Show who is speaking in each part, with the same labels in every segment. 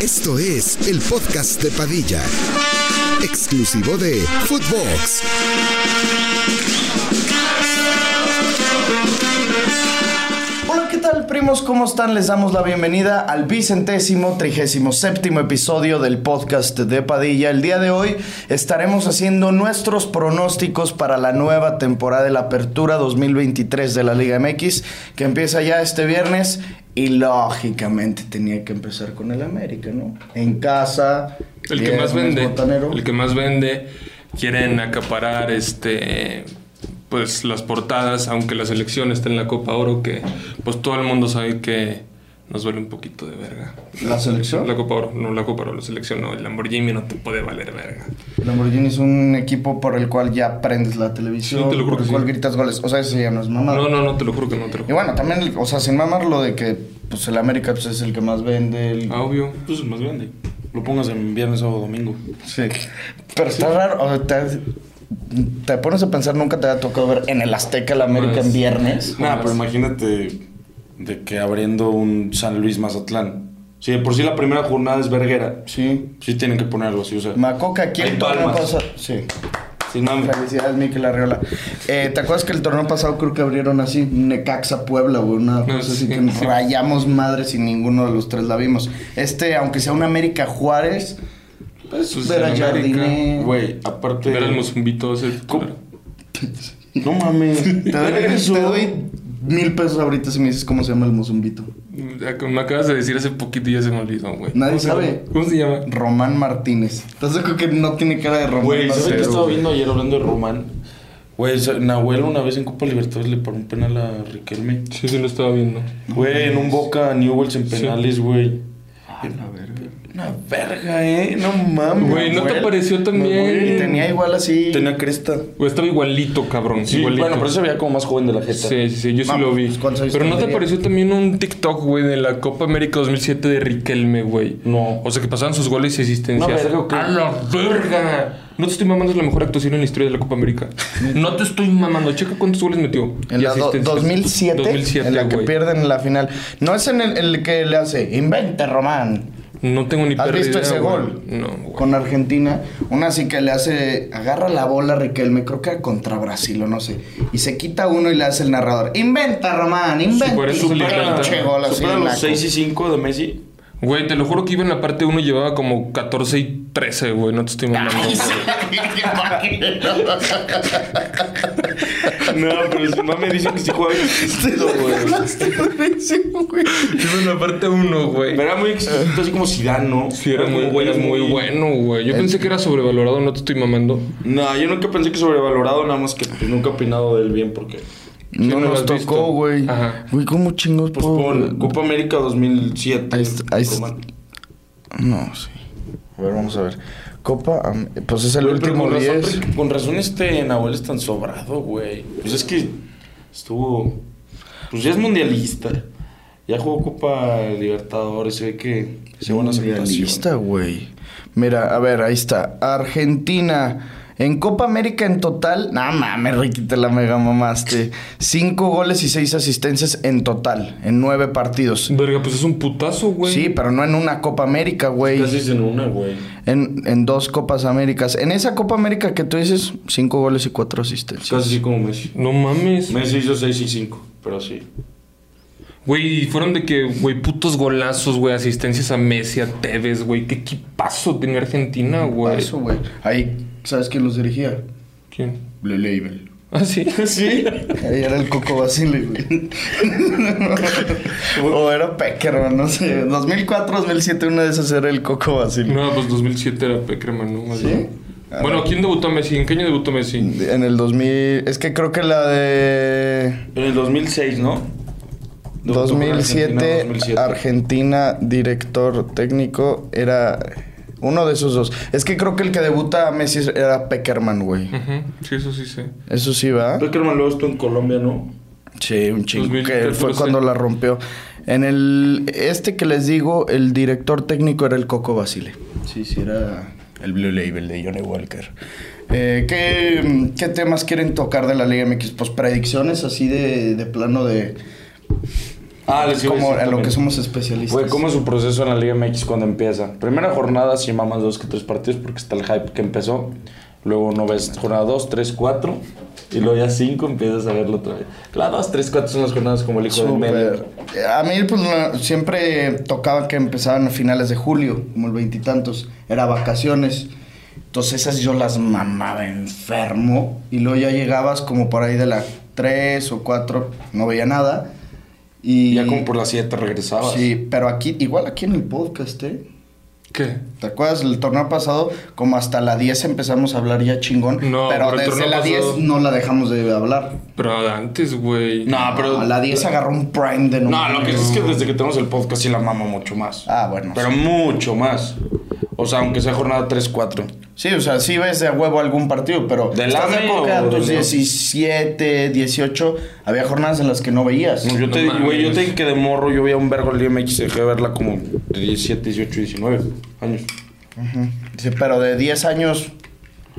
Speaker 1: Esto es el podcast de Padilla, exclusivo de Footbox.
Speaker 2: Hola, ¿qué tal, primos? ¿Cómo están? Les damos la bienvenida al bicentésimo, trigésimo séptimo episodio del podcast de Padilla. El día de hoy estaremos haciendo nuestros pronósticos para la nueva temporada de la Apertura 2023 de la Liga MX, que empieza ya este viernes. Y lógicamente tenía que empezar con el América, ¿no? En casa.
Speaker 3: El que más
Speaker 2: viernes,
Speaker 3: vende.
Speaker 2: botanero.
Speaker 3: El que más vende. Quieren acaparar este pues las portadas, aunque la selección esté en la Copa Oro, que pues todo el mundo sabe que nos vale un poquito de verga.
Speaker 2: ¿La selección?
Speaker 3: La Copa Oro, no la Copa Oro, la selección no, el Lamborghini no te puede valer verga.
Speaker 2: Lamborghini es un equipo por el cual ya prendes la televisión,
Speaker 3: Sí, te lo juro
Speaker 2: por el
Speaker 3: que
Speaker 2: cual
Speaker 3: sí.
Speaker 2: gritas goles. O sea, eso ya no es mamada.
Speaker 3: No, no, no, te lo juro que no te lo
Speaker 2: Y
Speaker 3: juro.
Speaker 2: bueno, también, o sea, sin mamar lo de que pues el América pues, es el que más vende. el-
Speaker 3: Ah, obvio.
Speaker 4: Pues es más grande. Lo pongas en viernes, sábado, domingo.
Speaker 2: Sí. Pero está raro, o sea, te, te pones a pensar, nunca te había tocado ver en el Azteca el América
Speaker 3: Pues-
Speaker 2: en viernes.
Speaker 4: Nada,
Speaker 3: Joder.
Speaker 4: pero imagínate de que abriendo un San Luis Mazatlán. Si de por sí la primera jornada es verguera,
Speaker 2: Sí.
Speaker 4: sí tienen que poner algo así, o sea.
Speaker 2: Macoca, aquí el
Speaker 4: Hay
Speaker 2: torneo
Speaker 4: palmas.
Speaker 2: pasado. Sí.
Speaker 4: Sin nombre.
Speaker 2: Felicidades, Miquel Arriola. Eh, ¿Te acuerdas que el torneo pasado creo que abrieron así Necaxa Puebla, güey? Una cosa así
Speaker 3: sí,
Speaker 2: que
Speaker 3: sí.
Speaker 2: rayamos madres y ninguno de los tres la vimos. Este, aunque sea un América Juárez, pues,
Speaker 3: Pues,
Speaker 2: ver
Speaker 3: en
Speaker 2: a
Speaker 3: América,
Speaker 2: Jardine.
Speaker 4: Güey, aparte.
Speaker 3: Ver al Mozumbito ese.
Speaker 4: ¿Cómo? No mames.
Speaker 2: Te doy, te doy mil pesos ahorita si me dices cómo se llama el mozumbito.
Speaker 3: Me acabas de decir hace poquito y ya se me olvidó, güey.
Speaker 2: Nadie
Speaker 3: ¿Cómo se
Speaker 2: sabe.
Speaker 3: llama? ¿Cómo se llama?
Speaker 2: Román Martínez. Entonces creo que no tiene cara de Román
Speaker 4: Güey, ¿sabes qué
Speaker 2: Martínez.
Speaker 4: estaba viendo ayer hablando de Román? Güey, sa- Nahuel una vez en Copa Libertadores le paró un penal a Riquelme.
Speaker 3: Sí, sí lo estaba viendo.
Speaker 4: Güey, en un Boca Newells en penales, güey.
Speaker 2: A ver, güey.
Speaker 4: Una verga, eh. No mames.
Speaker 3: Güey, ¿no te
Speaker 4: Nahuel.
Speaker 3: pareció
Speaker 2: Y
Speaker 3: también?
Speaker 2: tenía igual así.
Speaker 4: Tenía cresta.
Speaker 3: Güey, Pues estaba igualito, cabrón.
Speaker 4: Sí,
Speaker 3: igualito.
Speaker 4: bueno, pero se veía como más joven de la jeta.
Speaker 3: Sí, sí, sí, yo sí
Speaker 2: Vamos,
Speaker 3: lo vi.
Speaker 2: ¿cuántos años
Speaker 3: Pero ¿no te
Speaker 2: tendría?
Speaker 3: pareció también un TikTok, güey, de la Copa América 2007 de Riquelme, güey?
Speaker 4: No.
Speaker 3: O sea, que pasaban sus goles y asistencias.
Speaker 4: Una verga, ¿o qué?
Speaker 3: ¡A la verga! No te estoy mamando, es la mejor actuación en la historia de la Copa América. No te estoy mamando. Checa cuántos goles metió.
Speaker 2: En
Speaker 3: Y
Speaker 2: la do-
Speaker 3: asistencias.
Speaker 2: 2007,
Speaker 3: 2007,
Speaker 2: en la que
Speaker 3: güey.
Speaker 2: pierden la final. No es en el, el que le hace, invente Román,
Speaker 3: No tengo ni
Speaker 2: ¿Has
Speaker 3: perra
Speaker 2: visto
Speaker 3: idea,
Speaker 2: ese
Speaker 3: güey.
Speaker 2: gol?
Speaker 3: No, güey.
Speaker 2: con Argentina. Una así que le hace, agarra la bola Riquelme, creo que era contra Brasil o no sé. Y se quita uno y le hace el narrador, inventa Román, inventa.
Speaker 3: por eso
Speaker 2: Y
Speaker 3: le
Speaker 2: supera-
Speaker 3: encanta.
Speaker 2: pinche gol así,
Speaker 4: supera los
Speaker 2: naco.
Speaker 4: 6 y 5 de Messi.
Speaker 3: Güey, te lo juro que iba en la parte 1 y llevaba como 14 y 13, güey. No te estoy mamando. güey.
Speaker 4: No, pero si no me dicen que sí juega bien exquisito,
Speaker 3: Pues,
Speaker 4: güey.
Speaker 3: este. Iba en la parte 1, güey.
Speaker 4: Pero era muy exquisito, así como Zidane, ¿no?
Speaker 3: Sí, era muy,
Speaker 4: güey,
Speaker 3: era muy bueno, güey. Yo pensé que era sobrevalorado, no te estoy mamando.
Speaker 4: No, yo nunca pensé que sobrevalorado, nada más que pues, nunca he opinado del bien porque...
Speaker 2: No
Speaker 3: no lo
Speaker 2: nos
Speaker 3: has visto.
Speaker 2: tocó, güey.
Speaker 3: Ajá.
Speaker 2: Güey, ¿cómo chingos
Speaker 4: Pues
Speaker 2: puedo-
Speaker 4: pon Copa América 2007.
Speaker 2: Ahí está- ahí está.
Speaker 4: Román.
Speaker 2: No, sí. A ver, vamos a ver. Copa, am- pues es el
Speaker 4: Güey, pero
Speaker 2: último
Speaker 4: con razón,
Speaker 2: 10.
Speaker 4: con razón este Nahuel es tan sobrado, güey. Pues es que estuvo... Pues ya es mundialista. Ya jugó Copa Libertadores, se ve que... Se buena
Speaker 2: Mundialista,
Speaker 4: aceptación.
Speaker 2: güey. Mira, a ver, ahí está. Argentina. En Copa América en total. No mames, Ricky, te la mega mamaste. Cinco goles y seis asistencias en total. En nueve partidos.
Speaker 3: Verga, pues es un putazo, güey.
Speaker 2: Sí, pero no en una Copa América, güey.
Speaker 4: Casi es en una, güey.
Speaker 2: En, en dos Copas Américas. En esa Copa América que tú dices, cinco goles y cuatro asistencias.
Speaker 4: Casi así como Messi.
Speaker 3: No mames.
Speaker 4: Messi hizo 6 y 5, pero sí.
Speaker 3: Güey, y fueron de que, güey, putos golazos, güey, asistencias a Messi, a Tevez, güey. Qué equipazo tenía Argentina, güey.
Speaker 2: Eso, güey. Ahí, ¿sabes quién los dirigía?
Speaker 3: ¿Quién?
Speaker 2: Le Label.
Speaker 3: Ah, sí.
Speaker 4: ¿Sí?
Speaker 2: Ahí era el Coco Basile, güey. o era Peckerman, no sé. 2004, 2007, una de esas era el Coco Basile.
Speaker 3: No, pues 2007 era Peckerman, ¿no? Más
Speaker 2: ¿Sí? Ah, Mm.
Speaker 3: bien. Bueno, ¿quién debutó Messi? ¿En qué año debutó Messi?
Speaker 2: En el 2000, es que creo que la de
Speaker 4: En el 2006, ¿no? Debutó con
Speaker 2: 2007,
Speaker 4: Argentina,
Speaker 2: Argentina, director técnico, era uno de esos dos. Es que creo que el que debuta a Messi era Peckerman, güey.
Speaker 3: Ajá. Sí, eso sí sé.
Speaker 2: Eso sí va.
Speaker 4: Beckerman luego estuvo en Colombia, ¿no?
Speaker 2: Sí, un chingo.
Speaker 3: 2014.
Speaker 2: Que fue cuando la rompió. En el este que les digo, el director técnico era el Coco Basile. Sí, sí, era el Blue Label de Johnny Walker. Eh, ¿qué, qué temas quieren tocar de la Liga MX? Pues predicciones así de, de plano de...
Speaker 4: Ah, les iba a
Speaker 2: como
Speaker 4: decir
Speaker 2: en lo
Speaker 4: también.
Speaker 2: que somos especialistas.
Speaker 4: Güey, ¿cómo es su proceso en la Liga MX cuando empieza? Primera jornada sí mamas dos que tres partidos porque está el hype que empezó. Luego no ves jornada 2, 3, 4. Y luego ya 5 empiezas a verlo otra vez. La 2, 3, 4 son las jornadas como el hijo del medio.
Speaker 2: Súper. A mí pues, la- siempre tocaba que empezaban a finales de julio, como el veintitantos. Era vacaciones. Entonces esas yo las mamaba enfermo. Y luego ya llegabas como por ahí de las 3 o 4, no veía nada. Y
Speaker 4: Y ya como por las 7 regresabas.
Speaker 2: Sí, pero aquí, igual aquí en el podcast, ¿eh?
Speaker 3: ¿Qué?
Speaker 2: ¿Te acuerdas? El torneo pasado, como hasta la 10 empezamos a hablar ya chingón.
Speaker 3: No,
Speaker 2: pero
Speaker 3: pero el
Speaker 2: desde
Speaker 3: torneo
Speaker 2: la 10
Speaker 3: pasado-
Speaker 2: no la dejamos de hablar.
Speaker 3: Pero antes, güey.
Speaker 4: No, Ah, pero.
Speaker 2: a la 10 agarró un prime de
Speaker 4: No, lo que
Speaker 2: mames.
Speaker 4: es, es que desde que tenemos el podcast sí la mamo mucho más.
Speaker 2: Ah, bueno,
Speaker 4: Pero
Speaker 2: sí.
Speaker 4: mucho más. O sea, aunque sea jornada 3, 4.
Speaker 2: Sí, o sea, sí ves de a huevo algún partido, pero
Speaker 4: ¿Del
Speaker 2: estás
Speaker 4: AME
Speaker 2: de época,
Speaker 4: o
Speaker 2: tus
Speaker 4: del no?
Speaker 2: 17, 18, había jornadas en las que no veías.
Speaker 4: No, yo,
Speaker 3: No
Speaker 4: te,
Speaker 3: mames.
Speaker 4: güey, yo te digo que de morro yo veía un vergo el DMX y dejé de verla como de 17, 18, 19 años.
Speaker 2: Dice, pero de 10 años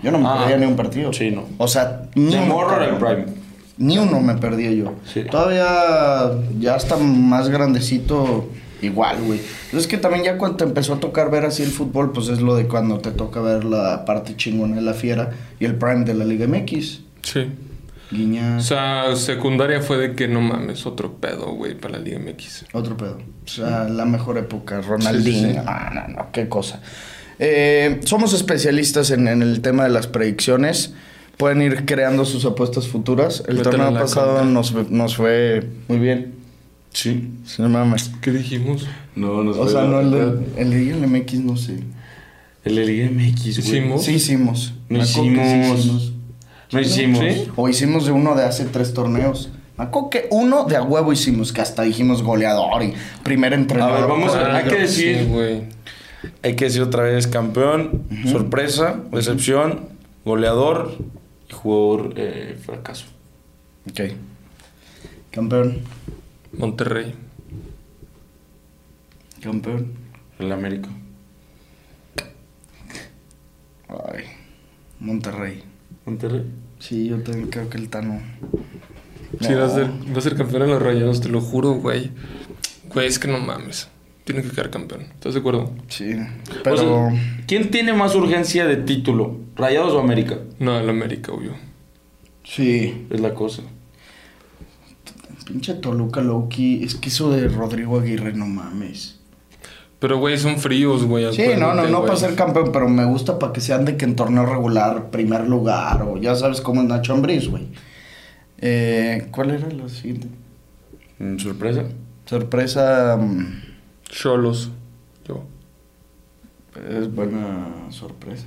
Speaker 2: yo no me
Speaker 4: Ah,
Speaker 2: perdía ni un partido.
Speaker 4: sí, no.
Speaker 2: O sea, ni
Speaker 4: De
Speaker 2: uno,
Speaker 4: morro era el
Speaker 2: cabrón.
Speaker 4: prime.
Speaker 2: Ni uno me perdí yo.
Speaker 4: Sí.
Speaker 2: Todavía ya está más grandecito igual, güey. Pero Es que también ya cuando te empezó a tocar ver así el fútbol, pues es lo de cuando te toca ver la parte chingona de la fiera y el prime de la Liga MX.
Speaker 3: Sí.
Speaker 2: Guiña,
Speaker 3: O sea, secundaria fue de que no mames, otro pedo, güey, para la Liga MX.
Speaker 2: otro pedo. O sea, la mejor época, Ronaldinho.
Speaker 3: Sí, sí, sí.
Speaker 2: Ah, no, no, qué cosa. Eh, somos especialistas en, en el tema de las predicciones. Pueden ir creando sus apuestas futuras. El
Speaker 3: Métela
Speaker 2: torneo
Speaker 3: en la
Speaker 2: pasado
Speaker 3: contra.
Speaker 2: nos, nos fue muy bien.
Speaker 4: Sí.
Speaker 2: Sí, no mames.
Speaker 3: ¿Qué dijimos?
Speaker 4: No, no
Speaker 2: O sea, no, el de, el de ILMX no sé.
Speaker 4: El de Liga MX, güey.
Speaker 3: Hicimos.
Speaker 2: Sí hicimos.
Speaker 4: No
Speaker 2: Me acuerdo que sí
Speaker 4: ¿Oh? hicimos. No hicimos.
Speaker 3: ¿Sí?
Speaker 2: O hicimos de uno de hace tres torneos. Me acuerdo que uno de a huevo hicimos, que hasta dijimos goleador y primer entrenador.
Speaker 4: A ver, vamos a-
Speaker 3: Ah,
Speaker 4: hay que
Speaker 3: creo
Speaker 4: decir-
Speaker 3: sí, güey.
Speaker 4: Hay que decir otra vez campeón, sorpresa, decepción, goleador y jugador eh, fracaso.
Speaker 2: Ok. Campeón.
Speaker 3: Monterrey.
Speaker 2: Campeón.
Speaker 4: El América.
Speaker 2: Ay. Monterrey.
Speaker 4: Monterrey.
Speaker 2: Sí, yo también creo que el Tano.
Speaker 3: Sí,
Speaker 2: No.
Speaker 3: va a ser, va a ser campeón en los rayados, te lo juro, güey. Güey, es que no mames. Tiene que quedar campeón. ¿Estás de acuerdo?
Speaker 2: Sí.
Speaker 4: O
Speaker 2: Pero.
Speaker 4: sea, ¿Quién tiene más urgencia de título? ¿Rayados o América?
Speaker 3: No, el América, obvio.
Speaker 2: Sí.
Speaker 4: Es la cosa.
Speaker 2: Pinche Toluca Loki. Es que eso de Rodrigo Aguirre, no mames.
Speaker 3: Pero, güey, son fríos, güey.
Speaker 2: Sí, no, no, no
Speaker 3: acuérdate, Pues güey.
Speaker 2: para ser campeón, pero me gusta para que sean de que en torneo regular, primer lugar, o ya sabes cómo es Nacho Ambriz, güey. Eh, ¿Cuál era la siguiente?
Speaker 4: Mm, ¿Sorpresa?
Speaker 2: Sorpresa. mm,
Speaker 3: Cholos. Yo.
Speaker 2: Es buena sorpresa.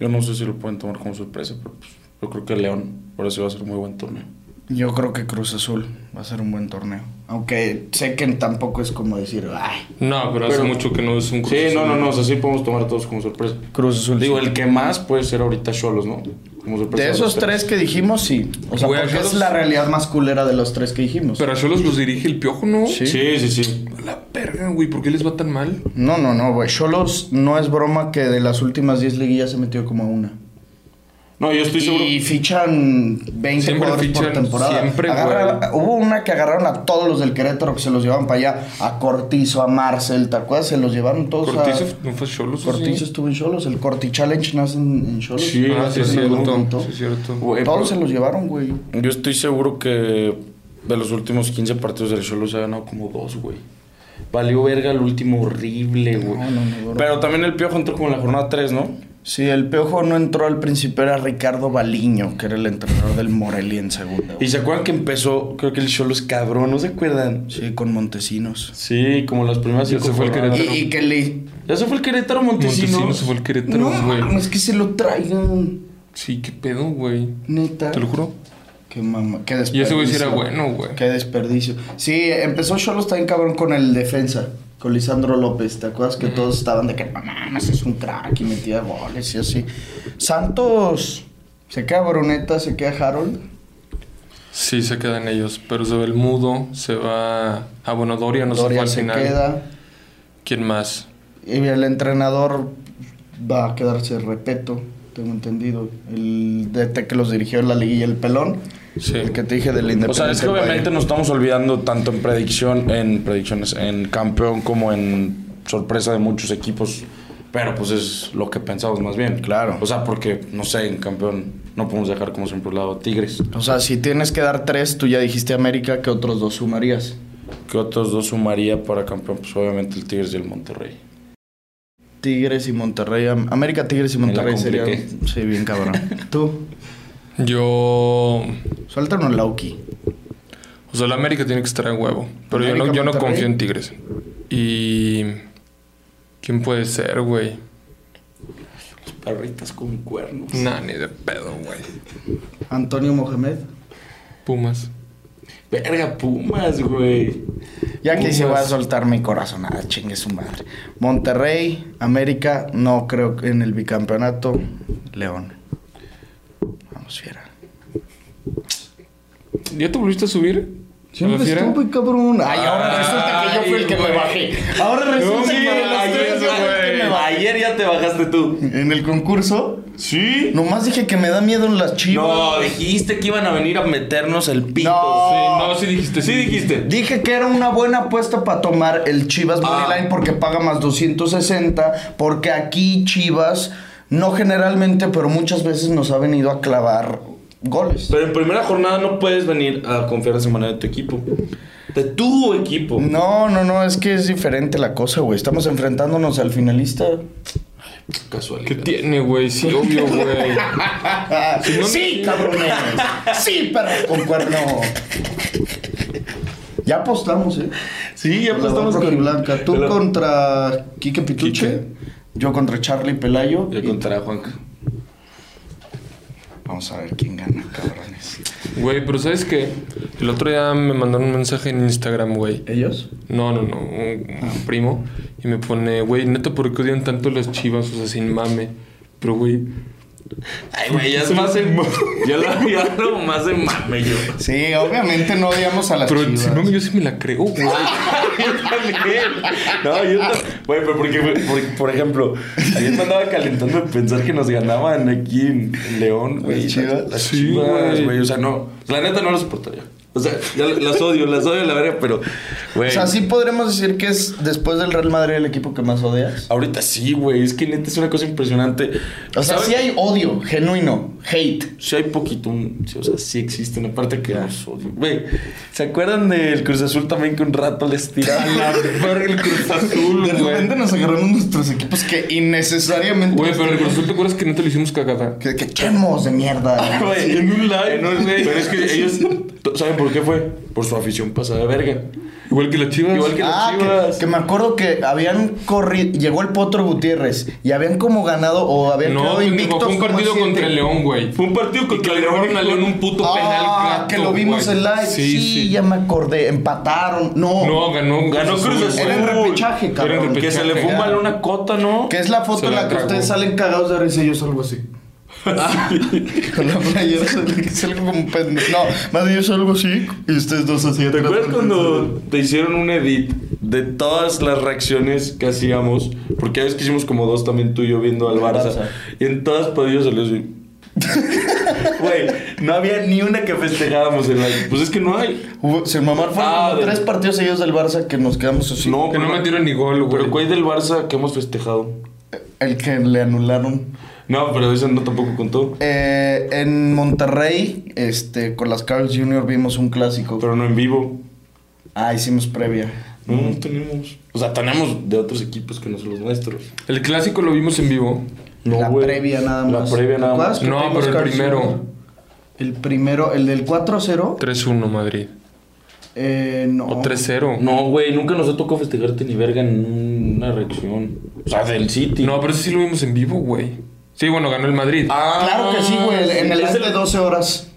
Speaker 4: Yo no sé si lo pueden tomar como sorpresa, pero pues, yo creo que León. Por eso va a ser muy buen torneo.
Speaker 2: Yo creo que Cruz Azul va a ser un buen torneo. Aunque sé que tampoco es como decir, ay.
Speaker 3: No, pero, hace
Speaker 4: Pero-
Speaker 3: mucho que no es un Cruz
Speaker 4: Sí, no,
Speaker 3: Azul.
Speaker 4: no, no. O sea, sí podemos tomar a todos como sorpresa.
Speaker 2: Cruz Azul.
Speaker 4: Digo, el que más puede ser ahorita Cholos, ¿no? Como sorpresa.
Speaker 2: De esos pues tres que dijimos, sí. O sea,
Speaker 3: Güey,
Speaker 2: porque
Speaker 3: yo
Speaker 2: es
Speaker 3: los-
Speaker 2: la realidad más culera de los tres que dijimos.
Speaker 3: Pero a Cholos los dirige el piojo, ¿no?
Speaker 2: Sí.
Speaker 4: Sí, sí, sí.
Speaker 3: A La verga, güey. ¿Por qué les va tan mal?
Speaker 2: No, no, no, güey. Cholos no es broma que de las últimas 10 liguillas se metió como a una.
Speaker 4: No, yo estoy seguro.
Speaker 2: Y fichan 20
Speaker 3: Siempre
Speaker 2: jugadores por
Speaker 3: fichan,
Speaker 2: temporada.
Speaker 3: siempre,
Speaker 2: Agarra-
Speaker 3: güey.
Speaker 2: hubo una que agarraron a todos los del Querétaro que se los llevaban para allá. A Cortizo, a Marcel, ¿te acuerdas? Se los llevaron todos
Speaker 3: Cortizo
Speaker 2: a...
Speaker 3: no fue Cholos.
Speaker 2: Cortizo
Speaker 3: sí.
Speaker 2: estuvo en Cholos. El Corti Challenge nace en, en Cholos.
Speaker 4: Sí,
Speaker 3: Ah, sí, es
Speaker 2: en algún
Speaker 3: cierto.
Speaker 2: punto.
Speaker 3: Sí, es cierto.
Speaker 4: Güey,
Speaker 2: Todos se
Speaker 4: pero-
Speaker 2: los llevaron, güey.
Speaker 4: Yo estoy seguro que de los últimos 15 partidos del Cholos ha ganado como dos, güey. Valió verga el último horrible, güey.
Speaker 2: No, no, Ah, no, bro.
Speaker 4: Pero también el Piojo entró como en la jornada 3, ¿no?
Speaker 2: Sí, el Piojo no entró al principio, era Ricardo Baliño, que era el entrenador del Morelia en segunda.
Speaker 4: Y
Speaker 2: güey.
Speaker 4: se acuerdan que empezó, creo que el Cholos cabrón, ¿no se acuerdan?
Speaker 2: Sí, con Montesinos.
Speaker 4: Sí, como las primeras
Speaker 3: Ya
Speaker 4: cinco
Speaker 3: se fue el
Speaker 4: jornadas.
Speaker 2: Y, y
Speaker 3: Querétaro.
Speaker 2: que le...
Speaker 4: Ya se fue el Querétaro Montesinos.
Speaker 3: Montesinos se fue el Querétaro,
Speaker 2: No,
Speaker 3: güey.
Speaker 2: es que se lo traigan,
Speaker 3: Sí, qué pedo, güey.
Speaker 2: neta.
Speaker 3: Te lo juro.
Speaker 2: Qué mamá, qué desperdicio.
Speaker 3: Y ese güey sí era bueno, güey.
Speaker 2: Qué desperdicio. Sí, empezó Cholos también cabrón con el defensa, con Lisandro López. ¿Te acuerdas que todos estaban de que no mames, es un crack y metía goles y así? Santos, se queda Bruneta, se queda Harold.
Speaker 3: Sí, se quedan ellos. Pero se va el mudo, se va. Ah, bueno, Doria no
Speaker 2: Doria
Speaker 3: se
Speaker 2: se
Speaker 3: fue al final.
Speaker 2: queda.
Speaker 3: ¿Quién más?
Speaker 2: Y el entrenador va a quedarse, repeto, tengo entendido. El DT que los dirigió en la liguilla, el pelón.
Speaker 3: Sí.
Speaker 2: El que te dije del Independiente.
Speaker 4: O sea, es que
Speaker 2: Valle.
Speaker 4: obviamente nos estamos olvidando tanto en predicción, en predicciones, en campeón como en sorpresa de muchos equipos. Pero pues es lo que pensamos más bien.
Speaker 2: Claro.
Speaker 4: O sea, porque, no sé, en campeón no podemos dejar como siempre un lado a Tigres.
Speaker 2: O sea, si tienes que dar tres, tú ya dijiste América, que otros dos sumarías?
Speaker 4: ¿Qué otros dos sumaría para campeón? Pues obviamente el Tigres y el Monterrey.
Speaker 2: Tigres y Monterrey. Am- América, Tigres y
Speaker 4: Me la
Speaker 2: Monterrey sería.
Speaker 4: compliqué.
Speaker 2: Sí, bien cabrón. tú,
Speaker 3: Yo.
Speaker 2: suelta un Lauki.
Speaker 3: O sea, la América tiene que estar a huevo. Pero yo no,
Speaker 2: América,
Speaker 3: yo no
Speaker 2: Monterrey.
Speaker 3: confío en Tigres. Y. ¿Quién puede ser, güey?
Speaker 4: Perritas con cuernos.
Speaker 3: Nah, ni de pedo, güey.
Speaker 2: Antonio Mohamed.
Speaker 3: Pumas.
Speaker 4: Verga, Pumas, güey.
Speaker 2: Ya que se va a
Speaker 4: Pumas.
Speaker 2: soltar mi corazonada, chingue su madre. Monterrey, América, no creo que en el bicampeonato. León. Vamos, fiera.
Speaker 3: ¿Ya te volviste a subir? ¿A la fiera?
Speaker 2: estuve, cabrón. Ay, ahora
Speaker 3: Ay,
Speaker 2: resulta que yo fui el que me
Speaker 3: güey.
Speaker 2: bajé. Ahora resulta
Speaker 3: sí,
Speaker 2: que de las
Speaker 3: ayer,
Speaker 2: tres veces que me
Speaker 3: güey.
Speaker 2: bajé.
Speaker 4: Ayer ya te bajaste tú.
Speaker 2: En el concurso,
Speaker 4: ¿Sí?
Speaker 2: nomás dije que me da miedo en las chivas.
Speaker 4: No, dijiste que iban a venir a meternos el pito.
Speaker 2: No.
Speaker 3: Sí, no, sí dijiste.
Speaker 4: Sí dijiste.
Speaker 2: Dije que era una buena apuesta para tomar el Chivas
Speaker 4: Ah.
Speaker 2: Moneyline porque paga más 260, porque aquí Chivas, no generalmente, pero muchas veces nos ha venido a clavar goles.
Speaker 4: Pero en primera jornada no puedes venir a confiar de esa manera de tu equipo. De tu equipo.
Speaker 2: No, no, no, es que es diferente la cosa, güey. Estamos enfrentándonos al finalista.
Speaker 3: ¿Qué
Speaker 4: Casualidad.
Speaker 3: tiene, güey? Sí, obvio, güey. no-
Speaker 2: Ah, sí, cabrones. sí, perro con cuerno. Ya apostamos, ¿eh?
Speaker 4: Sí, ya
Speaker 2: La
Speaker 4: apostamos
Speaker 2: roja y
Speaker 4: con
Speaker 2: Blanca. Tú
Speaker 4: Pero-
Speaker 2: contra Quique Pituche.
Speaker 4: Quique.
Speaker 2: Yo contra Charlie Pelayo.
Speaker 4: Yo
Speaker 2: y-
Speaker 4: contra Juanca.
Speaker 2: Vamos a ver quién gana, cabrones.
Speaker 3: Güey, pero ¿sabes qué? El otro día me mandaron un mensaje en Instagram, güey.
Speaker 2: ¿Ellos?
Speaker 3: No, no, no, un, un primo. Y me pone, güey, neta, ¿por qué odian tanto las chivas? O sea, sin mame. Pero, güey,
Speaker 4: Ay, güey, ya es más en. ya lo ya lo más en mame yo.
Speaker 2: Sí, obviamente no odiamos a las
Speaker 3: pero
Speaker 2: chivas.
Speaker 3: sin mame yo sí me la creo, güey.
Speaker 4: Yo también. No, yo también. Güey, pero porque, por, por ejemplo, ayer me andaba calentando de pensar que nos ganaban aquí en León, güey.
Speaker 2: Las chivas.
Speaker 4: Las
Speaker 3: Sí,
Speaker 4: chivas,
Speaker 3: güey.
Speaker 4: güey. O sea, no. La neta no las soportaría. O sea, ya las odio, las odio a la verga, pero, güey.
Speaker 2: O sea, sí podremos decir que es después del Real Madrid el equipo que más odias.
Speaker 4: Ahorita sí, güey. Es que neta es una cosa impresionante.
Speaker 2: O sea,
Speaker 4: ¿Sabes?
Speaker 2: sí hay odio, genuino, hate.
Speaker 4: Sí hay poquito, un- sí, o sea, sí existe una parte que los odio. Güey, ¿se acuerdan del Cruz Azul también que un rato les tiraban la verga el Cruz Azul,
Speaker 2: De
Speaker 4: güey?
Speaker 2: repente nos agarramos nuestros equipos que innecesariamente.
Speaker 3: Güey, pero el Cruz Azul, ¿te acuerdas que neta le hicimos cagada?
Speaker 2: Que, que chemos de mierda.
Speaker 4: Güey,
Speaker 3: en un live.
Speaker 4: en un- Pero es que ellos. ¿Saben por qué fue? Por su afición pasada de verga.
Speaker 3: Igual que las chivas.
Speaker 4: Igual que- las
Speaker 2: Ah, que,
Speaker 4: Chivas.
Speaker 2: que me acuerdo que habían corrido, llegó el Potro Gutiérrez y habían como ganado o habían
Speaker 3: No,
Speaker 2: quedado
Speaker 3: güey,
Speaker 2: invictos.
Speaker 3: fue un
Speaker 2: como
Speaker 3: partido
Speaker 2: siete.
Speaker 3: contra el León, güey.
Speaker 4: Fue un partido
Speaker 3: Y que
Speaker 4: contra
Speaker 3: le robaron a León un puto penal.
Speaker 2: Ah,
Speaker 3: gato,
Speaker 2: que lo vimos
Speaker 3: güey.
Speaker 2: en live. Sí, ya me acordé. Empataron. No.
Speaker 3: No, ganó
Speaker 4: Ganó Cruz Azul.
Speaker 2: Era en repechaje, cabrón.
Speaker 3: Era en
Speaker 4: Que se le
Speaker 3: repechaje.
Speaker 4: fue mal una cota, ¿no?
Speaker 2: Que es la foto
Speaker 3: Se
Speaker 2: en
Speaker 3: la
Speaker 2: la que
Speaker 3: tragó.
Speaker 2: ustedes salen cagados de risa y yo salgo así. Con la playera salgo- salgo como un pendejo. No, más bien yo salgo así y ustedes dos así.
Speaker 4: ¿Te acuerdas cuando te hicieron un edit de todas las reacciones que hacíamos? Porque a veces que hicimos como dos también tú y yo viendo al Barça.
Speaker 2: Barça.
Speaker 4: Y en todas podías salió así. Güey, no había ni una que festejábamos en live. Pues es que no hay.
Speaker 2: Hubo- Sin mamar, fueron
Speaker 4: Ah,
Speaker 2: como
Speaker 4: de-
Speaker 2: tres partidos seguidos del Barça que nos quedamos así.
Speaker 4: No,
Speaker 3: Que no metieron ni gol, güey.
Speaker 4: Pero ¿cuál del Barça que hemos festejado?
Speaker 2: El que le anularon.
Speaker 4: No, pero eso no tampoco contó.
Speaker 2: Eh, en Monterrey, este, con las Carls Jr. vimos un clásico.
Speaker 4: Pero no en vivo.
Speaker 2: Ah, hicimos previa.
Speaker 4: No, no tenemos. O sea, tenemos de otros equipos que no son los nuestros.
Speaker 3: El clásico lo vimos en vivo.
Speaker 4: No,
Speaker 2: la
Speaker 4: güey.
Speaker 2: previa nada más.
Speaker 4: La previa
Speaker 2: ¿Te
Speaker 4: nada
Speaker 2: acuerdas
Speaker 4: más.
Speaker 2: que
Speaker 3: No,
Speaker 2: tuvimos
Speaker 3: pero el
Speaker 2: Carl
Speaker 3: primero.
Speaker 2: Jr.? El primero, el del 4-0.
Speaker 3: 3-1 Madrid.
Speaker 2: Eh, no.
Speaker 3: O 3-0.
Speaker 4: No, güey, nunca nos tocó festejarte ni verga en una reacción. O sea, del City.
Speaker 3: No, pero ese sí lo vimos en vivo, güey. Sí, bueno, ganó el Madrid.
Speaker 4: Ah,
Speaker 2: Claro que sí, güey. En el
Speaker 4: ese-
Speaker 2: hace de 12 horas